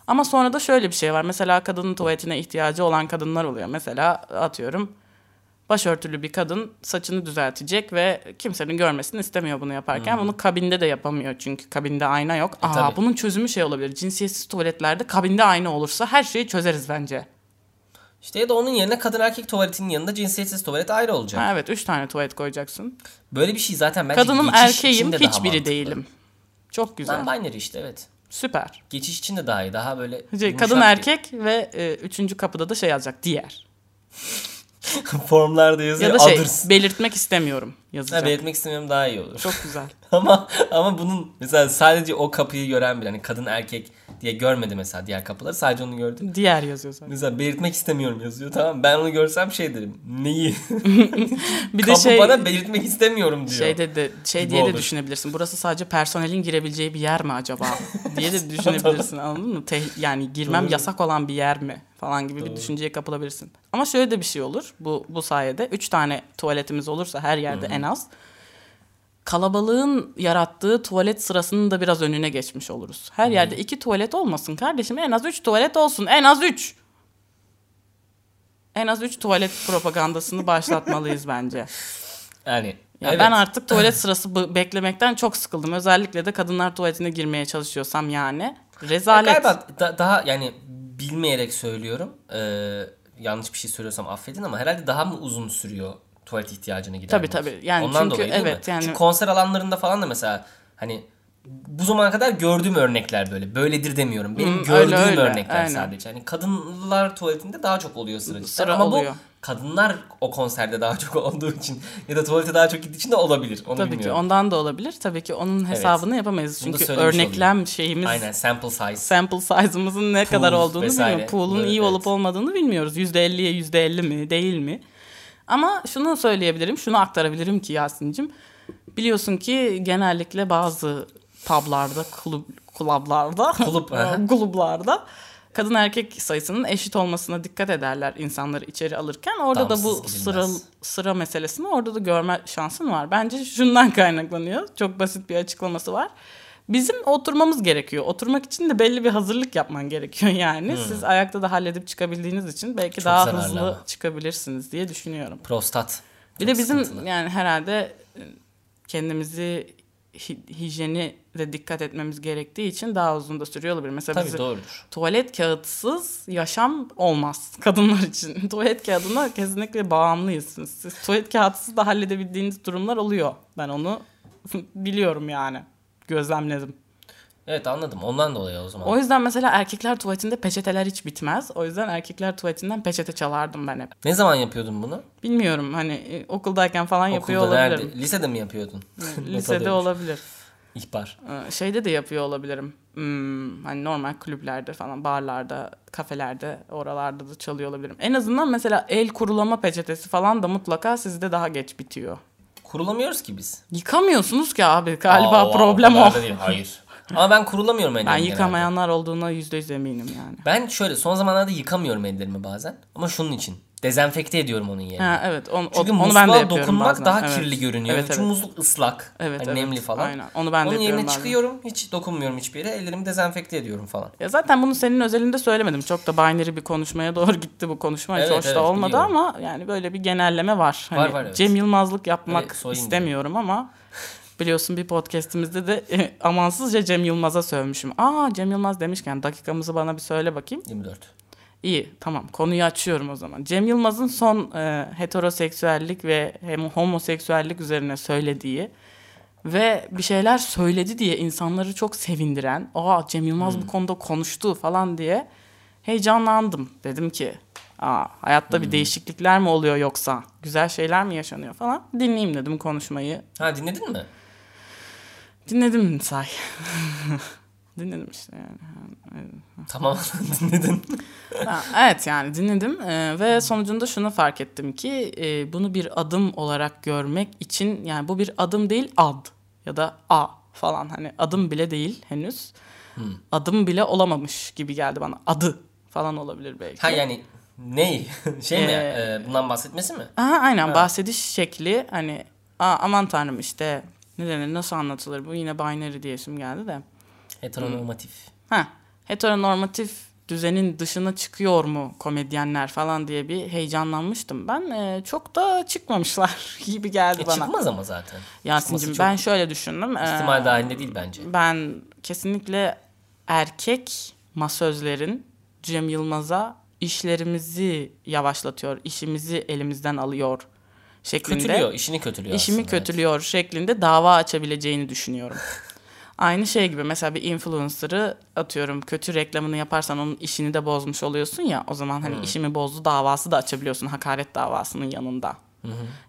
A: Ama sonra da şöyle bir şey var. Mesela kadının tuvaletine ihtiyacı olan kadınlar oluyor. Mesela atıyorum başörtülü bir kadın saçını düzeltecek ve kimsenin görmesini istemiyor bunu yaparken. Bunu kabinde de yapamıyor çünkü kabinde ayna yok. Aa
B: Hmm. E, tabii.
A: bunun çözümü şey olabilir. Cinsiyetsiz tuvaletlerde kabinde ayna olursa her şeyi çözeriz bence.
B: İşte ya da onun yerine kadın erkek tuvaletinin yanında cinsiyetsiz tuvalet ayrı olacak.
A: Ha, evet üç tane tuvalet koyacaksın.
B: Böyle bir şey zaten bence
A: Kadınım
B: geçiş
A: erkeğim
B: için de daha
A: hiçbiri
B: mantıklı.
A: değilim. Çok güzel.
B: Non-binary işte evet.
A: Süper.
B: Geçiş için de daha iyi. Daha böyle
A: Şey,
B: yumuşak
A: kadın
B: bir-
A: erkek ve e, üçüncü kapıda da şey yazacak diğer.
B: [LAUGHS] Formlarda
A: Ya
B: yazıyor.
A: da şey
B: others.
A: belirtmek istemiyorum
B: Ha,
A: yazacak.
B: belirtmek istemiyorum daha iyi olur.
A: Çok güzel.
B: [LAUGHS] ama ama bunun mesela sadece o kapıyı gören bir hani kadın erkek diye görmedi mesela diğer kapıları. Sadece onu gördü.
A: Diğer yazıyor zaten.
B: Mesela belirtmek istemiyorum yazıyor tamam mı? Ben onu görsem şey derim. Neyi?
A: Bir de
B: Kapı
A: şey
B: bana belirtmek istemiyorum diyor.
A: şeyde de şey
B: Gibi
A: diye de
B: olur.
A: düşünebilirsin. Burası sadece personelin girebileceği bir yer mi acaba
B: [LAUGHS]
A: diye de düşünebilirsin. Anladın mı? Teh- yani girmem
B: Doğru.
A: yasak olan bir yer mi falan gibi bir düşünceye kapılabilirsin. Ama şöyle de bir şey olur. Bu bu sayede üç tane tuvaletimiz olursa her yerde en az kalabalığın yarattığı tuvalet sırasının da biraz önüne geçmiş oluruz. Her yerde iki tuvalet olmasın kardeşim. En az üç tuvalet olsun. En az üç. En az üç tuvalet propagandasını başlatmalıyız bence.
B: Yani.
A: Ya
B: evet.
A: ben artık tuvalet sırası bu- beklemekten çok sıkıldım. Özellikle de kadınlar tuvaletine girmeye çalışıyorsam yani. Rezalet.
B: E, Galiba da- daha yani bilmeyerek söylüyorum. Ee, yanlış bir şey söylüyorsam affedin ama herhalde daha mı uzun sürüyor tuvalet ihtiyacını gidermek?
A: Tabii, tabii. Yani çünkü
B: değil mi?
A: evet, yani-
B: Çünkü konser alanlarında falan da mesela hani bu zamana kadar gördüğüm örnekler böyle. Böyledir demiyorum. Benim
A: Hı, öyle,
B: gördüğüm
A: öyle,
B: örnekler
A: aynen.
B: sadece. Hani kadınlar tuvaletinde daha çok oluyor sıra cidden.
A: Sıra
B: ama
A: oluyor.
B: bu kadınlar o konserde daha çok [LAUGHS] olduğu için ya da tuvalete daha çok gittiği için de olabilir. Onu
A: Tabii ki
B: bilmiyorum.
A: ondan da olabilir. Tabii ki onun hesabını yapamayız.
B: Bunu da
A: Çünkü
B: söylemiş
A: örneklem şeyimiz,
B: Aynen sample size.
A: sample size'ımızın ne kadar olduğunu
B: vesaire.
A: bilmiyoruz. Pool'un
B: Bunları-
A: iyi
B: evet.
A: olup olmadığını bilmiyoruz. %50'ye %50 mi, değil mi? Ama şunu söyleyebilirim, şunu aktarabilirim ki Yasin'cim. Biliyorsun ki genellikle bazı publarda, kulüp, kulüplerde, [LAUGHS]
B: Kulüp, aha.
A: kulüplerde kadın erkek sayısının eşit olmasına dikkat ederler insanları içeri alırken. Orada da bu
B: Damsız
A: sıra,
B: girilmez.
A: sıra meselesini orada da görme şansın var. Bence şundan [LAUGHS] kaynaklanıyor. Çok basit bir açıklaması var. Bizim oturmamız gerekiyor. Oturmak için de belli bir hazırlık yapman gerekiyor [LAUGHS] yani. Siz ayakta da halledip çıkabildiğiniz için belki
B: Hmm. Çok
A: daha
B: zararlı
A: hızlı
B: ama.
A: çıkabilirsiniz diye düşünüyorum.
B: Prostat.
A: Bir
B: Çok
A: de bizim
B: sıkıntılı.
A: yani herhalde e, kendimizi hi- hijyeni de dikkat etmemiz gerektiği için daha uzun da sürüyor olabilir. Mesela
B: Tabii
A: bizi
B: doğrudur.
A: tuvalet kağıtsız yaşam olmaz kadınlar için. [LAUGHS] tuvalet kağıdına kesinlikle bağımlıyız. Siz tuvalet kağıtsız da halledebildiğiniz durumlar oluyor. Ben onu [LAUGHS] biliyorum yani. Gözlemledim.
B: Evet anladım. Ondan dolayı o zaman.
A: O yüzden mesela erkekler tuvaletinde peçeteler hiç bitmez. O yüzden erkekler tuvaletinden peçete çalardım ben hep.
B: Ne zaman yapıyordun bunu?
A: Bilmiyorum hani e, okuldayken falan yapıyor
B: Okulda, nerede?
A: olabilirim.
B: Lisede mi yapıyordun? [LAUGHS] Not
A: Lisede
B: alıyormuş.
A: olabilir.
B: İhbar.
A: Ee, Şeyde de yapıyor olabilirim. Hmm, hani normal kulüplerde falan, barlarda, kafelerde, oralarda da çalıyor olabilirim. En azından mesela el kurulama peçetesi falan da mutlaka sizde daha geç bitiyor.
B: Kurulamıyoruz ki biz.
A: Yıkamıyorsunuz ki abi galiba
B: Aa,
A: problem
B: kadar
A: o.
B: da değil, Hayır. Ama ben kurulamıyorum ellerimi.
A: [LAUGHS] Ben
B: genelde.
A: yıkamayanlar olduğuna yüzde yüz eminim yani.
B: Ben şöyle son zamanlarda yıkamıyorum ellerimi bazen. Ama şunun için. Dezenfekte ediyorum onun yerine.
A: Ha, evet on- o-
B: Çünkü
A: onu ben de
B: musluğa
A: yapıyorum
B: dokunmak
A: bazen.
B: daha
A: Evet.
B: kirli görünüyor.
A: Evet,
B: Çünkü
A: evet.
B: muzluk ıslak.
A: Evet,
B: hani
A: evet.
B: Nemli falan.
A: Aynen. Onu ben de
B: Onun
A: yapıyorum
B: yerine
A: bazen.
B: çıkıyorum. Hiç dokunmuyorum hiçbir yere. Ellerimi dezenfekte ediyorum falan.
A: Ya zaten bunu senin özelinde söylemedim. Çok da binary bir konuşmaya doğru gitti bu konuşma. Hiç
B: Evet,
A: hoş da
B: evet,
A: olmadı
B: biliyorum.
A: ama yani böyle bir genelleme var. Hani
B: var, evet.
A: Cem Yılmazlık
B: Böyle
A: yapmak
B: soyun
A: istemiyorum ama biliyorsun bir podcastimizde de e, amansızca Cem Yılmaz'a sövmüşüm. Aa Cem Yılmaz demişken dakikamızı bana bir söyle bakayım.
B: 24.
A: İyi tamam konuyu açıyorum o zaman. Cem Yılmaz'ın son e, heteroseksüellik ve hem homoseksüellik üzerine söylediği ve bir şeyler söyledi diye insanları çok sevindiren, aa Cem Yılmaz bu konuda konuştu falan diye heyecanlandım. Dedim ki aa hayatta bir değişiklikler mi oluyor yoksa güzel şeyler mi yaşanıyor falan dinleyeyim dedim konuşmayı.
B: Ha dinledin mi?
A: Dinledim say. [LAUGHS] Dinledim işte yani.
B: Tamam [LAUGHS] dinledin.
A: Ha, evet yani dinledim Ee, ve sonucunda şunu fark ettim ki e, bunu bir adım olarak görmek için yani bu bir adım değil ad ya da a falan hani adım bile değil henüz adım bile olamamış gibi geldi bana adı falan olabilir belki.
B: Ha yani ney? [LAUGHS] Şey mi?
A: Ee,
B: Ee, bundan bahsetmesi mi?
A: Aha, aynen bahsediş şekli hani "Aa, aman tanrım işte ne denir nasıl anlatılır bu yine binary diye isim geldi de.
B: Heteronormatif.
A: Ha, heteronormatif düzenin dışına çıkıyor mu komedyenler falan diye bir heyecanlanmıştım ben. Ee, çok da çıkmamışlar [LAUGHS] gibi geldi
B: E,
A: bana.
B: çıkmaz ama zaten.
A: Yasin'cim
B: çıkması
A: ben şöyle düşündüm. Ee,
B: İhtimal dahilinde değil bence.
A: ben kesinlikle erkek masözlerin Cem Yılmaz'a işlerimizi yavaşlatıyor, işimizi elimizden alıyor şeklinde.
B: Kötülüyor. işini kötülüyor
A: İşimi
B: aslında.
A: kötülüyor şeklinde dava açabileceğini düşünüyorum.
B: [LAUGHS]
A: Aynı şey gibi mesela bir influencer'ı atıyorum kötü reklamını yaparsan onun işini de bozmuş oluyorsun ya o zaman hani işimi bozdu davası da açabiliyorsun hakaret davasının yanında.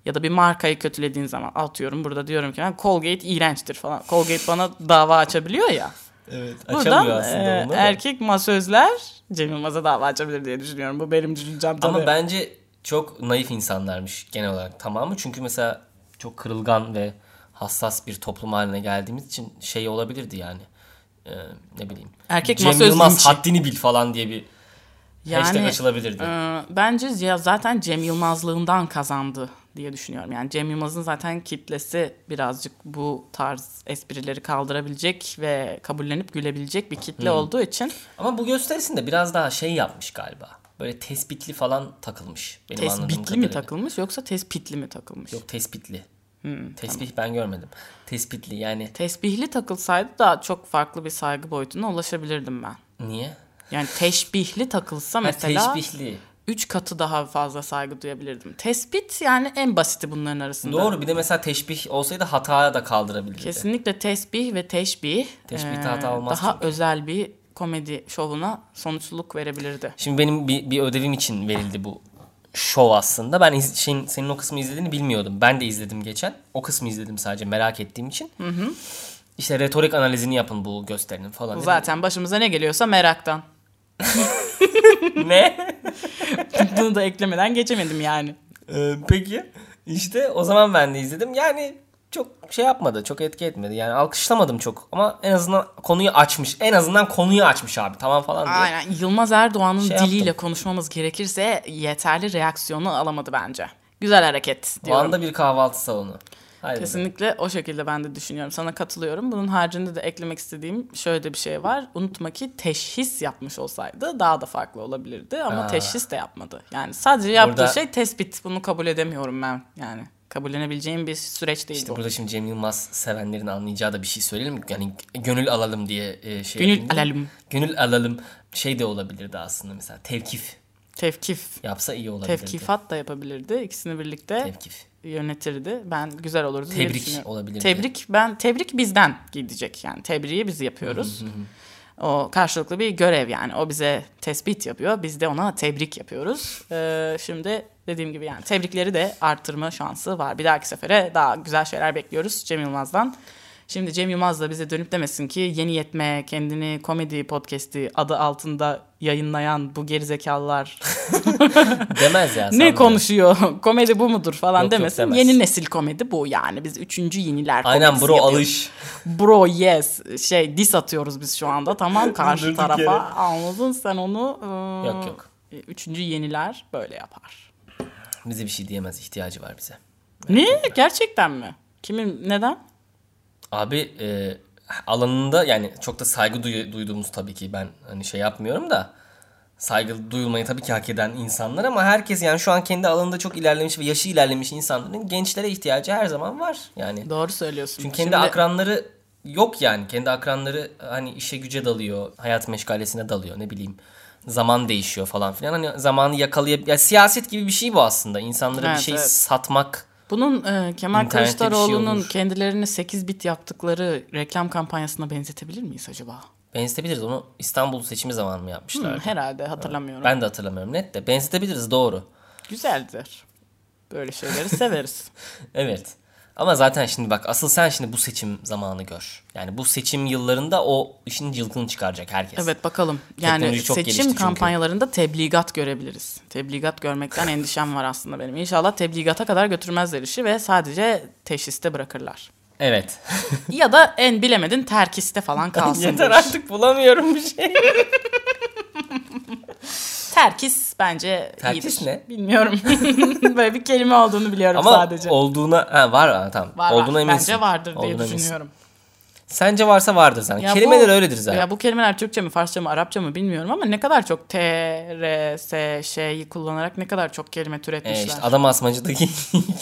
A: Ya da bir markayı kötülediğin zaman atıyorum burada diyorum ki ben Colgate iğrençtir falan. Colgate bana dava açabiliyor ya.
B: Evet.
A: Buradan
B: [LAUGHS] Açamıyor aslında
A: e,
B: onu da.
A: erkek masözler Cem Yılmaz'a dava açabilir diye düşünüyorum. Bu benim düşüncem tabii.
B: Ama bence çok naif insanlarmış genel olarak tamamı. Çünkü mesela çok kırılgan ve hassas bir toplum haline geldiğimiz için şey olabilirdi yani. Ee, ne bileyim.
A: Erkek
B: Cem
A: masöz
B: Yılmaz
A: linçi.
B: haddini bil falan diye bir hashtag
A: Yani,
B: açılabilirdi.
A: Ee, bence ya zaten Cem Yılmazlığından kazandı diye düşünüyorum. Yani Cem Yılmaz'ın zaten kitlesi birazcık bu tarz esprileri kaldırabilecek ve kabullenip gülebilecek bir
B: Hmm.
A: kitle olduğu için
B: Ama bu gösterisinde biraz daha şey yapmış galiba. Böyle tespitli falan takılmış. Benim anladığım
A: tespitli mi
B: kadarıyla.
A: takılmış yoksa tespitli mi takılmış?
B: Yok tespitli.
A: Hmm,
B: Tespih ben görmedim. Tespitli yani
A: Tesbihli takılsaydı daha çok farklı bir saygı boyutuna ulaşabilirdim ben.
B: niye?
A: Yani teşbihli takılsa
B: Ha,
A: mesela
B: teşbihli.
A: üç katı daha fazla saygı duyabilirdim. Tespit yani en basiti bunların arasında.
B: Doğru bir de mesela teşbih olsaydı hata da kaldırabilirdi.
A: Kesinlikle tesbih ve teşbih,
B: Teşbihte
A: eee,
B: hata olmaz
A: daha
B: çünkü.
A: özel bir komedi şovuna sonuçluluk verebilirdi.
B: Şimdi benim bir, bir ödevim için verildi bu şov aslında. Ben iz- şeyin, senin o kısmı izlediğini bilmiyordum. Ben de izledim geçen. O kısmı izledim sadece merak ettiğim için. İşte retorik analizini yapın bu gösterinin falan. dedim.
A: Zaten başımıza ne geliyorsa meraktan. [LAUGHS]
B: ne?
A: Bunu da eklemeden geçemedim yani.
B: Ee, peki. İşte o zaman ben de izledim. Yani çok şey yapmadı. Çok etki etmedi. Yani alkışlamadım çok. Ama en azından konuyu açmış. En azından konuyu açmış abi. Tamam falan diye.
A: Aynen Yılmaz Erdoğan'ın
B: Şey
A: diliyle
B: yaptım.
A: konuşmamız gerekirse yeterli reaksiyonu alamadı bence. Güzel hareket diyorum.
B: Van'da bir kahvaltı salonu. Hayır.
A: Kesinlikle o şekilde ben de düşünüyorum. Sana katılıyorum. Bunun haricinde de eklemek istediğim şöyle de bir şey var. Unutma ki teşhis yapmış olsaydı daha da farklı olabilirdi ama
B: Aa.
A: teşhis de yapmadı. Yani sadece yaptığı
B: Burada-
A: şey tespit. Bunu kabul edemiyorum ben. Yani kabullenebileceğim bir süreç değil
B: İşte
A: bu.
B: burada şimdi Cem Yılmaz sevenlerin anlayacağı da bir şey söyleyelim. Yani gönül alalım diye e, şey.
A: Gönül
B: yapayım dedim.
A: alalım.
B: Gönül alalım şey de olabilirdi aslında mesela. Tevkif
A: Tevkif.
B: yapsa iyi olabilirdi.
A: Tevkifat da yapabilirdi. İkisini birlikte
B: Tevkif.
A: yönetirdi. Ben güzel olurdu. diye
B: Tebrik
A: düşünüyorum.
B: olabilirdi.
A: Tebrik ben tebrik bizden gidecek yani tebriği biz yapıyoruz. o karşılıklı bir görev yani o bize tespit yapıyor biz de ona tebrik yapıyoruz. Ee, şimdi dediğim gibi yani tebrikleri de artırma şansı var. Bir dahaki sefere daha güzel şeyler bekliyoruz Cem Yılmaz'dan. Şimdi Cem Yılmaz da bize dönüp demesin ki yeni yetme kendini komedi podcast'i adı altında yayınlayan bu
B: [LAUGHS]
A: gerizekalılar
B: Demez ya.
A: ne
B: sanmıyorum.
A: konuşuyor? Komedi bu mudur falan
B: Yok, yok
A: demesin.
B: demez.
A: Yeni nesil komedi bu yani. Biz üçüncü yeniler
B: Aynen
A: komedisi
B: bro
A: yapıyoruz.
B: alış.
A: Bro yes. Şey dis atıyoruz biz şu anda.
B: [LAUGHS]
A: Tamam karşı
B: Durduk
A: tarafa.
B: yere.
A: Anladın sen onu. ıı,
B: Yok, yok.
A: Üçüncü yeniler böyle yapar.
B: Bize bir şey diyemez ihtiyacı var bize.
A: Ne? Gerçekten mi? Kimin? Neden?
B: Abi e, alanında yani çok da saygı duyu- duyduğumuz tabii ki ben hani şey yapmıyorum da saygı duyulmayı tabii ki hak eden insanlar ama herkes yani şu an kendi alanında çok ilerlemiş ve yaşı ilerlemiş insanların gençlere ihtiyacı her zaman var. Yani
A: Doğru söylüyorsun.
B: çünkü kendi
A: Şimdi-
B: akranları yok yani. Kendi akranları hani işe güce dalıyor, hayat meşgalesine dalıyor ne bileyim. Zaman değişiyor falan filan. Hani zamanı yakalayıp ya siyaset gibi bir şey bu aslında. İnsanlara
A: Evet,
B: bir şey
A: evet.
B: satmak
A: Bunun e, Kemal
B: İnternette bir şey
A: Kılıçdaroğlu'nun
B: olur.
A: kendilerini 8 bit yaptıkları reklam kampanyasına benzetebilir miyiz acaba?
B: benzetebiliriz. Onu İstanbul seçimi zamanı mı yapmışlar?
A: Herhalde hatırlamıyorum.
B: Ben de hatırlamıyorum net de. Benzetebiliriz doğru.
A: Güzeldir. Böyle şeyleri
B: [LAUGHS]
A: severiz.
B: Evet. Ama zaten şimdi bak asıl sen şimdi bu seçim zamanı gör. Yani bu seçim yıllarında o işin cılkını çıkaracak herkes.
A: Evet bakalım. Yani
B: Teknoloji çok gelişti
A: seçim
B: çünkü.
A: kampanyalarında tebligat görebiliriz. Tebligat görmekten [LAUGHS] endişem var aslında benim. İnşallah tebligata kadar götürmezler işi ve sadece teşhiste
B: [LAUGHS]
A: bırakırlar.
B: Evet.
A: Ya da en bilemedin terkiste falan
B: [LAUGHS]
A: kalsın.
B: Yeter
A: bu iş.
B: artık bulamıyorum bir şey.
A: Terkis bence
B: Terkis
A: iyidir.
B: ne?
A: Bilmiyorum. [LAUGHS] Böyle bir kelime olduğunu biliyorum
B: Ama
A: sadece.
B: olduğuna ha, var ha, tamam.
A: var,
B: olduğuna
A: var.
B: eminsin.
A: Bence vardır diye
B: Olduğuna eminsin.
A: düşünüyorum.
B: Sence varsa vardır zaten.
A: Ya
B: Kelimeler
A: bu-
B: öyledir zaten.
A: Ya bu kelimeler Türkçe mi, Farsça mı, Arapça mı bilmiyorum ama ne kadar çok T, R, S, şeyi kullanarak ne kadar çok kelime
B: Ee,
A: türetmişler.
B: işte adam asmacıdaki.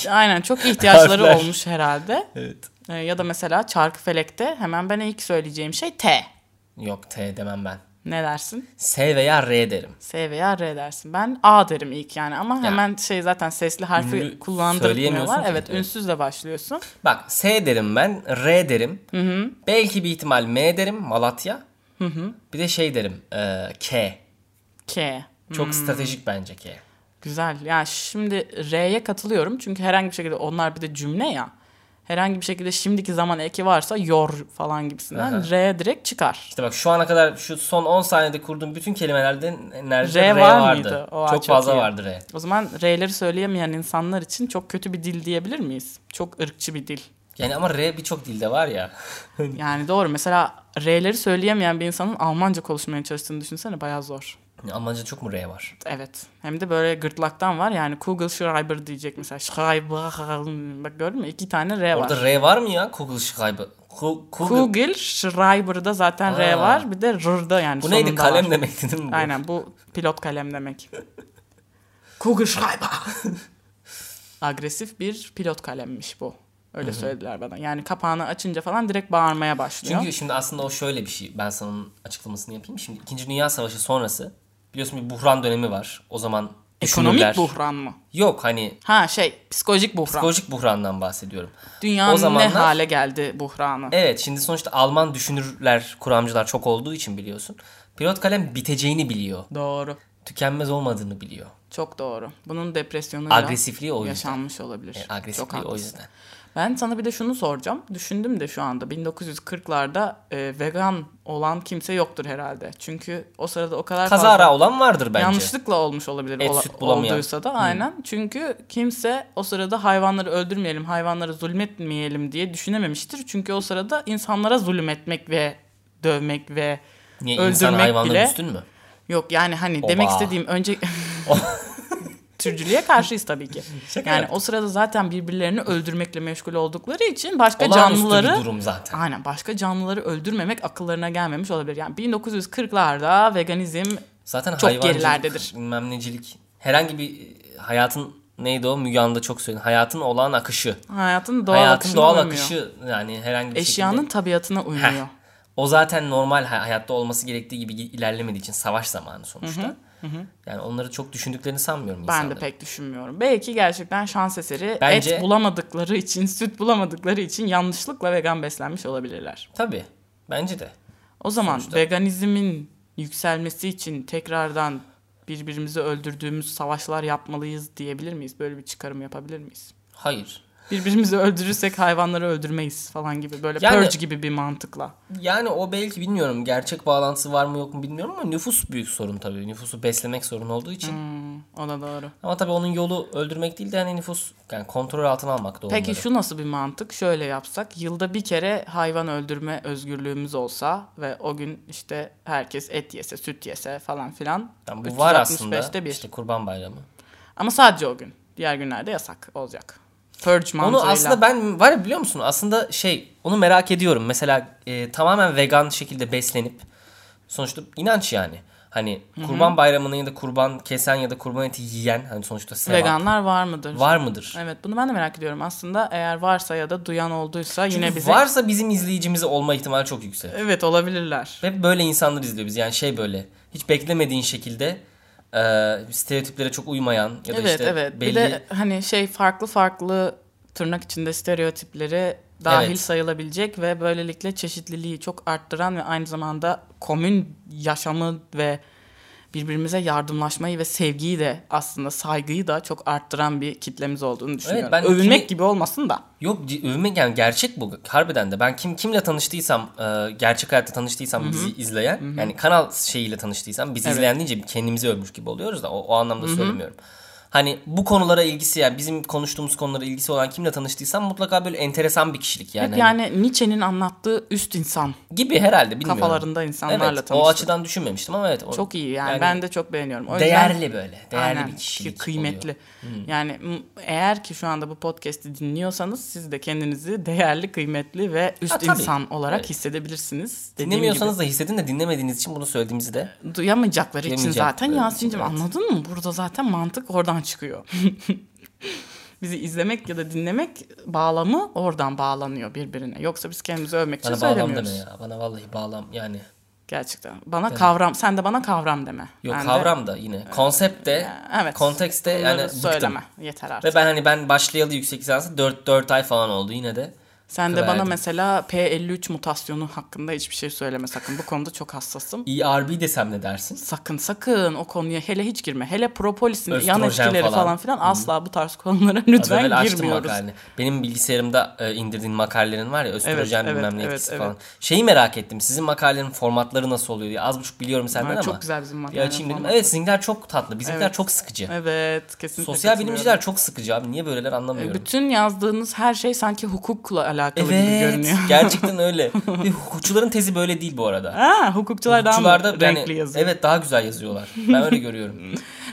A: Aynen çok ihtiyaçları
B: Harfler.
A: olmuş herhalde.
B: [LAUGHS] evet.
A: Ee, ya da mesela çarkıfelekte hemen ben ilk söyleyeceğim şey T.
B: Yok T demem ben.
A: Ne dersin?
B: S veya R derim.
A: S veya R dersin. Ben A derim ilk yani ama hemen şey zaten sesli harfi
B: ünlü
A: kullandırmıyorlar.
B: söyleyemiyorsun ki.
A: Evet ünsüzle başlıyorsun.
B: Bak S derim ben, R derim. Belki bir ihtimal M derim Malatya. Bir de şey derim e, K.
A: K.
B: Çok stratejik bence K.
A: Güzel. Ya şimdi R'ye katılıyorum. Çünkü herhangi bir şekilde onlar bir de cümle ya. Herhangi bir şekilde şimdiki zaman eki varsa yor falan gibisinden
B: Aha.
A: R direkt çıkar.
B: İşte bak şu ana kadar şu son 10 saniyede kurduğum bütün kelimelerde neredeyse
A: R
B: R,
A: var
B: vardı.
A: mıydı? Oha,
B: çok,
A: çok
B: fazla
A: iyi.
B: vardı R.
A: O zaman R'leri söyleyemeyen insanlar için çok kötü bir dil diyebilir miyiz? Çok ırkçı bir dil.
B: Yani ama R birçok dilde var ya. [LAUGHS]
A: Yani doğru. Mesela R'leri söyleyemeyen bir insanın Almanca konuşmaya çalıştığını düşünsene bayağı zor.
B: Almanca çok mu R var?
A: Evet. Hem de böyle gırtlaktan var. Yani Google Schreiber diyecek mesela. Schreiber. Bak gördün mü? İki tane R var.
B: Orada R var mı ya? Google Schreiber. Ku- Google.
A: Google Schreiber'da zaten R
B: Ha.
A: var. Bir de R'da yani
B: Bu neydi?
A: sonunda
B: Kalem
A: var.
B: demek değil mi bu?
A: Aynen bu pilot kalem
B: [LAUGHS]
A: demek. Google Schreiber. [LAUGHS] Agresif bir pilot kalemmiş bu. Öyle söylediler bana. Yani kapağını açınca falan direkt bağırmaya başlıyor.
B: Çünkü şimdi aslında o şöyle bir şey. Ben sana onun açıklamasını yapayım. Şimdi 2. Dünya Savaşı sonrası biliyorsun bir buhran dönemi var. O zaman düşünürler.
A: Ekonomik buhran mı?
B: Yok hani
A: Ha şey psikolojik buhran.
B: psikolojik buhrandan bahsediyorum.
A: Dünyanın
B: O zamanlar-
A: ne hale geldi buhranı.
B: Evet şimdi sonuçta Alman düşünürler, kuramcılar çok olduğu için biliyorsun. Pilot kalem biteceğini biliyor.
A: Doğru.
B: tükenmez olmadığını biliyor.
A: Çok doğru. Bunun depresyonu
B: Agresifliği o yüzden.
A: yaşanmış olabilir.
B: E,
A: Çok
B: agresifliği o
A: haklısın.
B: yüzden.
A: Ben sana bir de şunu soracağım. Düşündüm de şu anda 1940'larda e, vegan olan kimse yoktur herhalde. Çünkü o sırada o kadar fazla
B: Kazara olan vardır bence.
A: yanlışlıkla olmuş olabilir.
B: Et,
A: ola-
B: süt bulamayan. Hmm.
A: Olduysa da aynen. Çünkü kimse o sırada hayvanları öldürmeyelim, hayvanlara zulmetmeyelim diye düşünememiştir. Çünkü o sırada insanlara zulmetmek ve dövmek ve
B: Niye insan
A: öldürmek
B: hayvandan
A: bile
B: üstün mü?
A: Yok yani hani
B: Oba.
A: demek istediğim önce [LAUGHS] türcülüğe karşıyız tabii ki.
B: [LAUGHS] Şaka
A: yani
B: yaptım.
A: o sırada zaten birbirlerini öldürmekle meşgul oldukları için başka
B: Olağanüstü bir
A: canlıları
B: durum zaten.
A: aynen başka canlıları öldürmemek akıllarına gelmemiş olabilir. Yani 1940'larda veganizm
B: Zaten
A: Çok
B: hayvancılık,
A: gerilerdedir.
B: bilmem necilik. Herhangi bir e, hayatın neydi o Müge Anlı çok söyledi. Hayatın olağan akışı.
A: hayatın doğal
B: hayatın
A: akışına
B: doğal
A: uymuyor.
B: akışı yani herhangi bir
A: Eşyanın
B: şekilde.
A: tabiatına uymuyor.
B: Heh. O zaten normal hay- hayatta olması gerektiği gibi ilerlemediği için savaş zamanı sonuçta. Yani onları çok düşündüklerini sanmıyorum
A: Ben de
B: insanların.
A: pek düşünmüyorum. Belki gerçekten şans eseri
B: Bence-
A: et bulamadıkları için, süt bulamadıkları için yanlışlıkla vegan beslenmiş olabilirler.
B: Tabii. Bence de.
A: O zaman
B: Sonuçta.
A: veganizmin yükselmesi için tekrardan birbirimizi öldürdüğümüz savaşlar yapmalıyız diyebilir miyiz? Böyle bir çıkarım yapabilir miyiz?
B: Hayır.
A: Birbirimizi [LAUGHS] öldürürsek hayvanları öldürmeyiz falan gibi böyle
B: Yani-
A: purge gibi bir mantıkla.
B: Yani o belki bilmiyorum gerçek bağlantısı var mı yok mu bilmiyorum ama nüfus büyük sorun tabii. Nüfusu beslemek sorun olduğu için.
A: Hmm, o da doğru.
B: Ama tabii onun yolu öldürmek değil de hani nüfus yani kontrol altına almak da
A: Peki
B: onları.
A: şu nasıl bir mantık? Şöyle yapsak yılda bir kere hayvan öldürme özgürlüğümüz olsa ve o gün işte herkes et yese, süt yese falan filan.
B: Yani bu var aslında.
A: 365'te bir.
B: İşte Kurban Bayramı.
A: Ama sadece o gün. Diğer günlerde yasak olacak. Purge
B: Onu
A: mantığıyla.
B: aslında ben var ya biliyor musun? Aslında şey onu merak ediyorum. Mesela e, tamamen vegan şekilde beslenip sonuçta inanç yani. Hani Kurban Bayramı'nı ya da kurban kesen ya da kurban eti yiyen hani sonuçta sevap
A: Veganlar var mıdır?
B: var mıdır?
A: Evet bunu ben de merak ediyorum aslında. Eğer varsa ya da duyan olduysa yine bize...
B: Varsa bizim izleyicimiz olma ihtimali çok yüksek.
A: Evet olabilirler.
B: Ve böyle insanlar izliyor biz. Yani şey böyle hiç beklemediğin şekilde e, stereotiplere çok uymayan ya da
A: evet
B: işte
A: evet.
B: belli
A: Bir de hani şey farklı farklı tırnak içinde stereotipleri dahil
B: Evet.
A: sayılabilecek ve böylelikle çeşitliliği çok arttıran ve aynı zamanda komün yaşamı ve birbirimize yardımlaşmayı ve sevgiyi de aslında saygıyı da çok arttıran bir kitlemiz olduğunu düşünüyorum.
B: ben
A: Övünmek
B: kimi-
A: gibi olmasın da.
B: Yok c- övmek yani gerçek bu harbiden de ben kim kimle tanıştıysam e, gerçek hayatta tanıştıysam bizi izleyen yani kanal şeyiyle tanıştıysam bizi izleyen deyince kendimizi övmüş gibi oluyoruz da o, o anlamda söylemiyorum. Hani bu konulara ilgisi yani bizim konuştuğumuz konulara ilgisi olan kimle tanıştıysam mutlaka böyle enteresan bir kişilik yani.
A: Hep
B: Hani
A: yani Nietzsche'nin anlattığı üst insan
B: gibi herhalde bilmiyorum.
A: kafalarında insanlarla
B: evet, O
A: tanıştık.
B: açıdan düşünmemiştim ama evet. O
A: Çok iyi yani,
B: Yani
A: ben de çok beğeniyorum. O yüzden-
B: değerli böyle. Değerli
A: Aynen,
B: bir kişilik. Hmm.
A: Kıymetli. Yani m- eğer ki şu anda bu podcast'i dinliyorsanız siz de kendinizi değerli, kıymetli ve
B: Ha,
A: üst
B: tabii.
A: insan olarak
B: Evet.
A: hissedebilirsiniz.
B: Oluyor.
A: Dediğim
B: Dinlemiyorsanız da hissedin de dinlemediğiniz için bunu söylediğimizi de
A: gibi duyamayacakları için
B: Duyamayacakları
A: zaten
B: için,
A: Yasin'cim
B: evet.
A: anladın mı? Burada zaten mantık oradan çıkıyor. [LAUGHS] Bizi izlemek ya da dinlemek bağlamı oradan bağlanıyor birbirine. Yoksa biz kendimizi övmek için
B: bana bağlam deme
A: şey söylemiyoruz.
B: ya. Bana vallahi bağlam yani.
A: Gerçekten. Bana kavram, sen de bana kavram deme.
B: Yok
A: Ben de-
B: kavram da yine. Konsept de,
A: Evet.
B: konteks de
A: Bunları
B: yani bıktım.
A: söyleme. Yeter artık.
B: Ve ben hani ben başlayalı yüksek lisansa 4, 4 ay falan oldu yine de.
A: Sen de bana
B: Verdim.
A: mesela P53 mutasyonu hakkında hiçbir şey söyleme sakın. Bu konuda çok hassasım.
B: ERB E desem ne dersin?
A: Sakın sakın o konuya hele hiç girme. Hele propolisin yan
B: Östrojen
A: etkileri falan,
B: falan.
A: filan asla bu tarz konulara [LAUGHS]
B: Az evvel
A: lütfen
B: açtım
A: girmiyoruz.
B: makaleni. Benim bilgisayarımda e, indirdiğin makalelerin var ya östrojen
A: Evet,
B: bilmem
A: evet,
B: ne
A: evet,
B: etkisi
A: evet.
B: falan. Şeyi merak ettim. Sizin makalelerin formatları nasıl oluyor diye. Az buçuk biliyorum senden
A: Ha,
B: ama.
A: çok güzel bizim
B: Bir
A: makale.
B: açayım dedim. Evet sizinkiler çok tatlı. Bizimkiler çok sıkıcı.
A: Evet kesinlikle.
B: Sosyal
A: katılıyorum. E,
B: bilimciler çok sıkıcı abi. Niye böyleler anlamıyorum.
A: Bütün yazdığınız her şey sanki hukukla alakalı gibi
B: Evet.
A: görünüyor. [LAUGHS]
B: gerçekten öyle. Bir hukukçuların tezi böyle değil bu arada.
A: Ha, hukukçular daha mı
B: Hukukçularda yani-
A: renkli yazıyor.
B: Evet daha güzel yazıyorlar. Ben öyle görüyorum.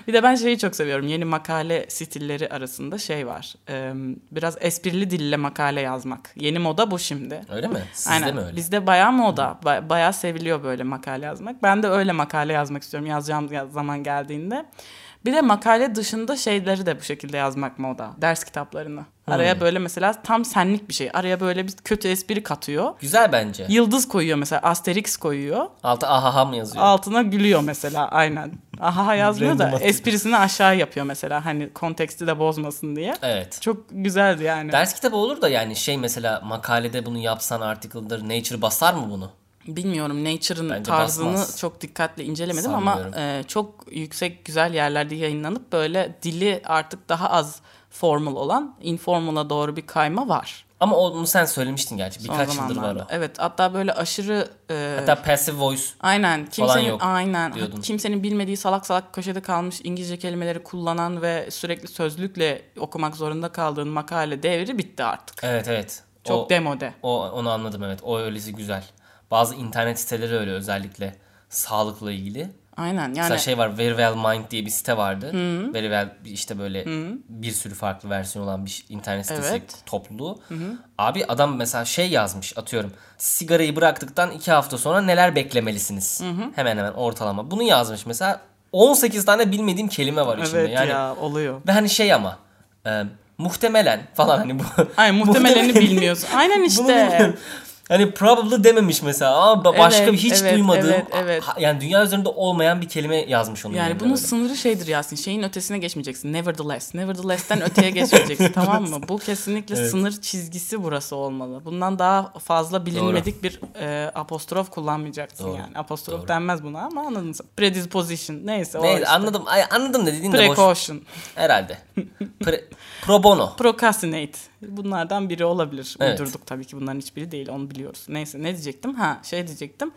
A: Bir de ben şeyi çok seviyorum. Yeni makale stilleri arasında şey var. Ee, biraz esprili dille makale yazmak. Yeni moda bu şimdi.
B: Öyle mi? Sizde mi öyle?
A: Bizde bayağı moda. Ba- bayağı seviliyor böyle makale yazmak. Ben de öyle makale yazmak istiyorum yazacağım ya- zaman geldiğinde. Bir de makale dışında şeyleri de bu şekilde yazmak moda. Ders kitaplarını. Araya böyle mesela tam senlik bir şey. Araya böyle bir kötü espri katıyor.
B: Güzel bence.
A: Yıldız koyuyor mesela. Asterix koyuyor.
B: Altı ahaha mı yazıyor?
A: Altına gülüyor mesela aynen. Aha yazmıyor da
B: Random atıyor.
A: esprisini aşağı yapıyor mesela. Hani konteksti de bozmasın diye.
B: Evet.
A: Çok güzeldi yani.
B: Ders kitabı olur da yani şey mesela makalede bunu yapsan article'dır Nature basar mı bunu?
A: Bilmiyorum Nature'ın
B: Bence
A: tarzını
B: basmaz.
A: çok dikkatle incelemedim ama e, çok yüksek güzel yerlerde yayınlanıp böyle dili artık daha az formal olan informal'a doğru bir kayma var.
B: Ama onu sen söylemiştin gerçi.
A: son
B: Birkaç yıldır var
A: zamanlarda.
B: o.
A: Evet hatta böyle aşırı e,
B: Hatta passive voice
A: aynen kimsenin
B: yok
A: aynen
B: diyordun.
A: kimsenin bilmediği salak salak köşede kalmış İngilizce kelimeleri kullanan ve sürekli sözlükle okumak zorunda kaldığın makale devri bitti artık.
B: Evet evet.
A: Çok
B: o,
A: demode.
B: o, onu anladım evet. O öylesi güzel. Bazı internet siteleri öyle özellikle sağlıkla ilgili.
A: Aynen yani
B: Mesela şey var Very Well Mind diye bir site vardı. Very Well bir işte böyle bir sürü farklı versiyon olan bir ş- internet sitesi
A: Evet.
B: topluluğu. Abi adam mesela şey yazmış atıyorum. Sigarayı bıraktıktan iki hafta sonra neler beklemelisiniz? Hemen hemen ortalama. Bunu yazmış mesela 18 tane bilmediğim kelime var içinde.
A: evet
B: yani
A: ya
B: [LAUGHS]
A: oluyor.
B: Ve hani şey ama e, muhtemelen falan hani bu. [LAUGHS]
A: Ay muhtemeleni bilmiyorsun. Aynen
B: Bunu
A: işte.
B: bilmiyorum. Hani probably dememiş mesela ama ba- başka
A: Evet,
B: bir hiç
A: evet,
B: duymadığım
A: evet, evet.
B: ha- yani dünya üzerinde olmayan bir kelime yazmış onun
A: Yani
B: yerine
A: bunun
B: böyle.
A: sınırı şeydir Yasin. Şeyin ötesine geçmeyeceksin. Nevertheless. Nevertheless'ten öteye
B: [LAUGHS]
A: geçmeyeceksin. tamam mı? Bu kesinlikle sınır çizgisi burası olmalı. Bundan daha fazla bilinmedik bir e, apostrof kullanmayacaksın
B: Doğru,
A: yani. Apostrof
B: doğru.
A: denmez buna ama anladın sen. Predisposition. Neyse, o
B: Neyse
A: işte.
B: anladım. Ay, anladım ne dediğin de boş.
A: Precaution.
B: Herhalde. Pre- pro bono.
A: Procrastinate. Bunlardan biri olabilir.
B: Evet.
A: Uydurduk tabii ki bunların hiçbiri değil onu biliyoruz. Neyse ne diyecektim? Ha şey diyecektim.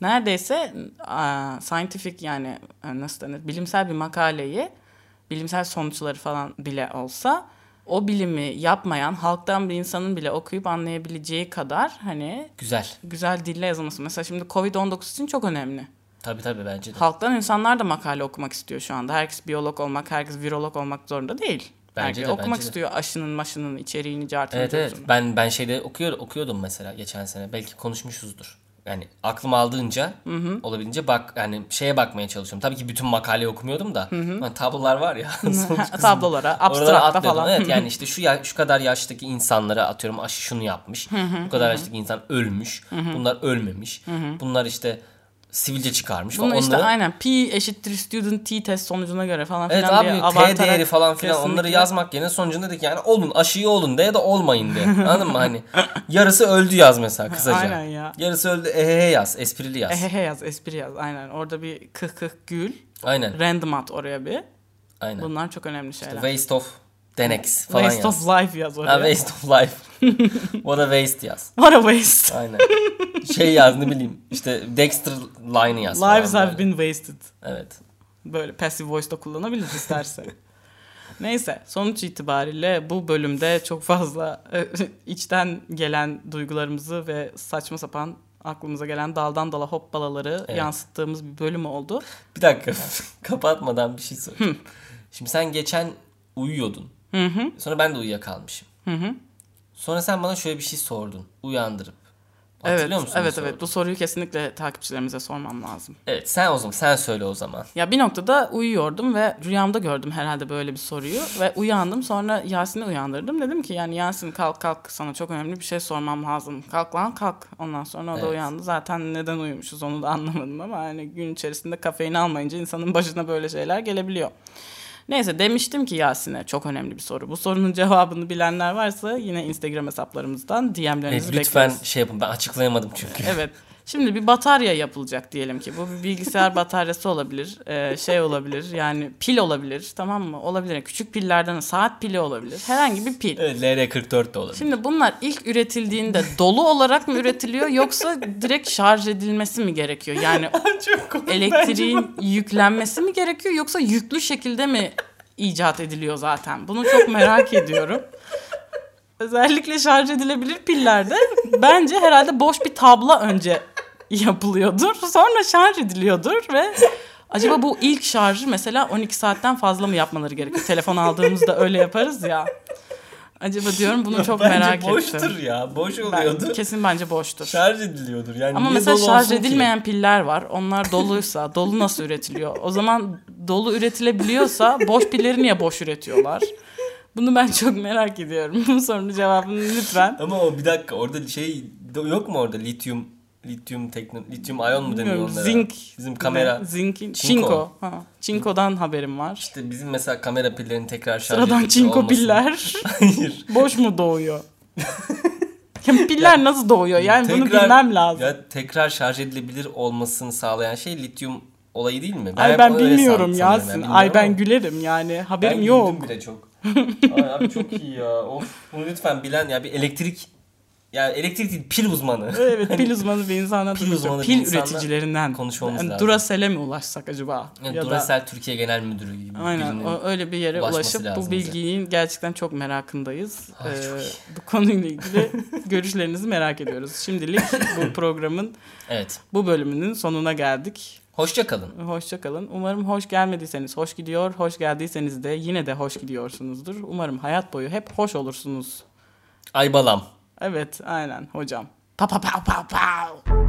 A: Neredeyse aa, scientific yani e, nasıl denir bilimsel bir makaleyi bilimsel sonuçları falan bile olsa o bilimi yapmayan halktan bir insanın bile okuyup anlayabileceği kadar hani
B: Güzel.
A: güzel dille yazılması. Mesela şimdi Covid-19 için çok önemli.
B: Tabii tabii bence de.
A: Halktan insanlar da makale okumak istiyor şu anda. Herkes biyolog olmak, herkes virolog olmak zorunda değil.
B: Bence
A: herkes
B: de,
A: okumak
B: bence de.
A: istiyor aşının, maşının, içeriğini, cartını.
B: Evet
A: [LAUGHS]
B: evet.
A: curtunu.
B: Ben ben şeyde okuyor okuyordum mesela geçen sene. Belki konuşmuşuzdur. Yani aklım aldığınca olabildiğince bak yani şeye bakmaya çalışıyorum. Tabii ki bütün makaleyi okumuyordum da. Hani tablolar var ya.
A: [LAUGHS]
B: sonuç
A: Ha,
B: kısmı.
A: Tablolara,
B: Oralara
A: abstrakta
B: atlıyordum.
A: falan.
B: Evet yani işte şu ya, şu kadar yaştaki insanlara atıyorum aşı şunu yapmış. bu kadar yaştaki insan ölmüş. bunlar ölmemiş. bunlar işte sivilce çıkarmış. falan.
A: Bunu işte
B: Onları-
A: aynen P eşittir student T test sonucuna göre falan
B: Evet
A: filan
B: abi
A: diye
B: T değeri
A: abartarak
B: falan filan onları
A: kesinlikle-
B: yazmak yerine sonucunda dedik yani olun aşıyı olun de ya da
A: [LAUGHS]
B: olmayın de. Anladın mı hani yarısı öldü yaz mesela kısaca.
A: Aynen ya.
B: Yarısı öldü ehehe yaz esprili yaz.
A: Ehehe yaz, espri yaz aynen. Orada bir kıh kıh gül,
B: Aynen
A: random at oraya bir.
B: aynen.
A: Bunlar çok önemli şeyler.
B: Waste of Denex falan
A: Waste of
B: yaz.
A: life yaz
B: Ha,
A: oraya.
B: waste
A: [LAUGHS]
B: of life. What a waste yaz.
A: What a waste.
B: Aynen. Şey yaz ne bileyim işte Dexter line'ı yaz. falan
A: Lives have
B: böyle.
A: been wasted.
B: Evet.
A: Böyle passive voice da kullanabiliriz isterse. [LAUGHS] Neyse sonuç itibariyle bu bölümde çok fazla e, [LAUGHS] içten gelen duygularımızı ve saçma sapan aklımıza gelen daldan dala hoppalaları
B: Evet.
A: yansıttığımız bir bölüm oldu.
B: Bir dakika [LAUGHS] kapatmadan bir şey soracağım. Şimdi sen geçen uyuyordun.
A: Hı hı
B: Sonra ben de uyuyakalmışım.
A: hı. hı.
B: Sonra sen bana şöyle bir şey sordun. Uyandırıp. Hatırlıyor
A: Evet,
B: musun? bu
A: evet,
B: soruyu?
A: evet. Bu soruyu kesinlikle takipçilerimize sormam lazım.
B: Evet sen o zaman sen söyle o zaman.
A: Ya bir noktada uyuyordum ve rüyamda gördüm herhalde böyle bir soruyu ve uyandım sonra Yasin'i uyandırdım. Dedim ki yani Yasin kalk kalk sana çok önemli bir şey sormam lazım. Kalk lan kalk. Ondan sonra o da
B: Evet.
A: uyandı. Zaten neden uyumuşuz onu da anlamadım ama hani gün içerisinde kafein almayınca insanın başına böyle şeyler gelebiliyor. Neyse demiştim ki Yasin'e çok önemli bir soru. Bu sorunun cevabını bilenler varsa yine Instagram hesaplarımızdan
B: Evet,
A: DM'lerinizi
B: lütfen
A: bekliyoruz.
B: şey yapın ben açıklayamadım çünkü.
A: Evet. Şimdi bir batarya yapılacak diyelim ki. Bu bir bilgisayar bataryası olabilir. Ee, şey olabilir. Yani pil olabilir. Tamam mı? Olabilir. Yani Küçük pillerden saat pili olabilir. Herhangi bir pil.
B: Evet, LR44 de olabilir.
A: Şimdi bunlar ilk üretildiğinde dolu olarak mı üretiliyor yoksa direkt şarj edilmesi mi gerekiyor? Yani
B: Çok komik bence
A: elektriğin yüklenmesi mi gerekiyor yoksa yüklü şekilde mi icat ediliyor zaten? Bunu çok
B: [LAUGHS]
A: merak ediyorum. Özellikle şarj edilebilir pillerde bence herhalde boş bir tabla önce yapılıyordur. Sonra şarj ediliyordur ve acaba bu ilk şarjı mesela 12 saatten fazla mı yapmaları gerekiyor? Telefon aldığımızda öyle yaparız ya. Acaba diyorum bunu
B: bu.
A: çok
B: Bence
A: merak
B: boştur
A: ettim.
B: ya. Boş
A: Ben,
B: oluyordu.
A: kesin bence boştur.
B: şarj ediliyordur. Yani
A: Ama
B: niye
A: mesela
B: dolu
A: şarj
B: olsun ki?
A: edilmeyen piller var. Onlar
B: [LAUGHS]
A: doluysa, dolu nasıl üretiliyor? O zaman dolu üretilebiliyorsa boş pilleri niye boş üretiyorlar? Bunu ben çok merak ediyorum. [LAUGHS] Bu sorunun cevabını lütfen.
B: Ama o bir dakika orada şey yok mu orada lityum lityum tekno lityum ayon mu deniyor
A: Bilmiyorum.
B: onlara?
A: Zinc.
B: Bizim kamera
A: Ne? Zinkin.
B: Çinko.
A: Çinko. Ha. Çinko'dan haberim var.
B: işte bizim mesela kamera pillerinin tekrar şarj [LAUGHS]
A: Sıradan
B: edilmesi
A: çinko
B: olmasın. [LAUGHS]
A: piller
B: Hayır.
A: boş mu doğuyor? Ya piller nasıl doğuyor? Yani bunu
B: Tekrar-
A: bilmem lazım.
B: Ya tekrar şarj edilebilir olmasını sağlayan şey lityum olayı değil mi?
A: Ay
B: hep
A: ben
B: öyle san-
A: bilmiyorum
B: sanıyorum.
A: Yasin.
B: bilmiyorum
A: Ay ben
B: ama
A: gülerim yani. Haberim
B: ben
A: yok.
B: güldüm bile çok. Ay abi çok iyi ya. Of bunu lütfen bilen ya bir elektrik ya elektrik değil pil uzmanı. [LAUGHS]
A: Evet pil uzmanı bir insanla
B: Hani Pil
A: pil,
B: uzmanı bir
A: pil
B: insanla
A: üreticilerinden
B: konuşmamız
A: yani
B: lazım.
A: Duracell'e mi ulaşsak acaba?
B: Yani
A: ya da
B: Duracell Türkiye Genel Müdürü gibi.
A: Aynen
B: birinin.
A: o- öyle bir yere
B: ulaşması
A: ulaşıp bu
B: lazım bize.
A: bilginin gerçekten çok merakındayız.
B: Ay,
A: Ee,
B: çok iyi.
A: bu konuyla ilgili [LAUGHS] görüşlerinizi merak ediyoruz. Şimdilik
B: [LAUGHS]
A: bu programın
B: Evet.
A: bu bölümünün sonuna geldik.
B: Hoşça kalın.
A: Hoşça kalın. Umarım hoş gelmediyseniz hoş gidiyor, hoş geldiyseniz de yine de hoş gidiyorsunuzdur. Umarım hayat boyu hep hoş olursunuz.
B: Ay balam.
A: Evet, aynen hocam. Pa pa pa pa pa.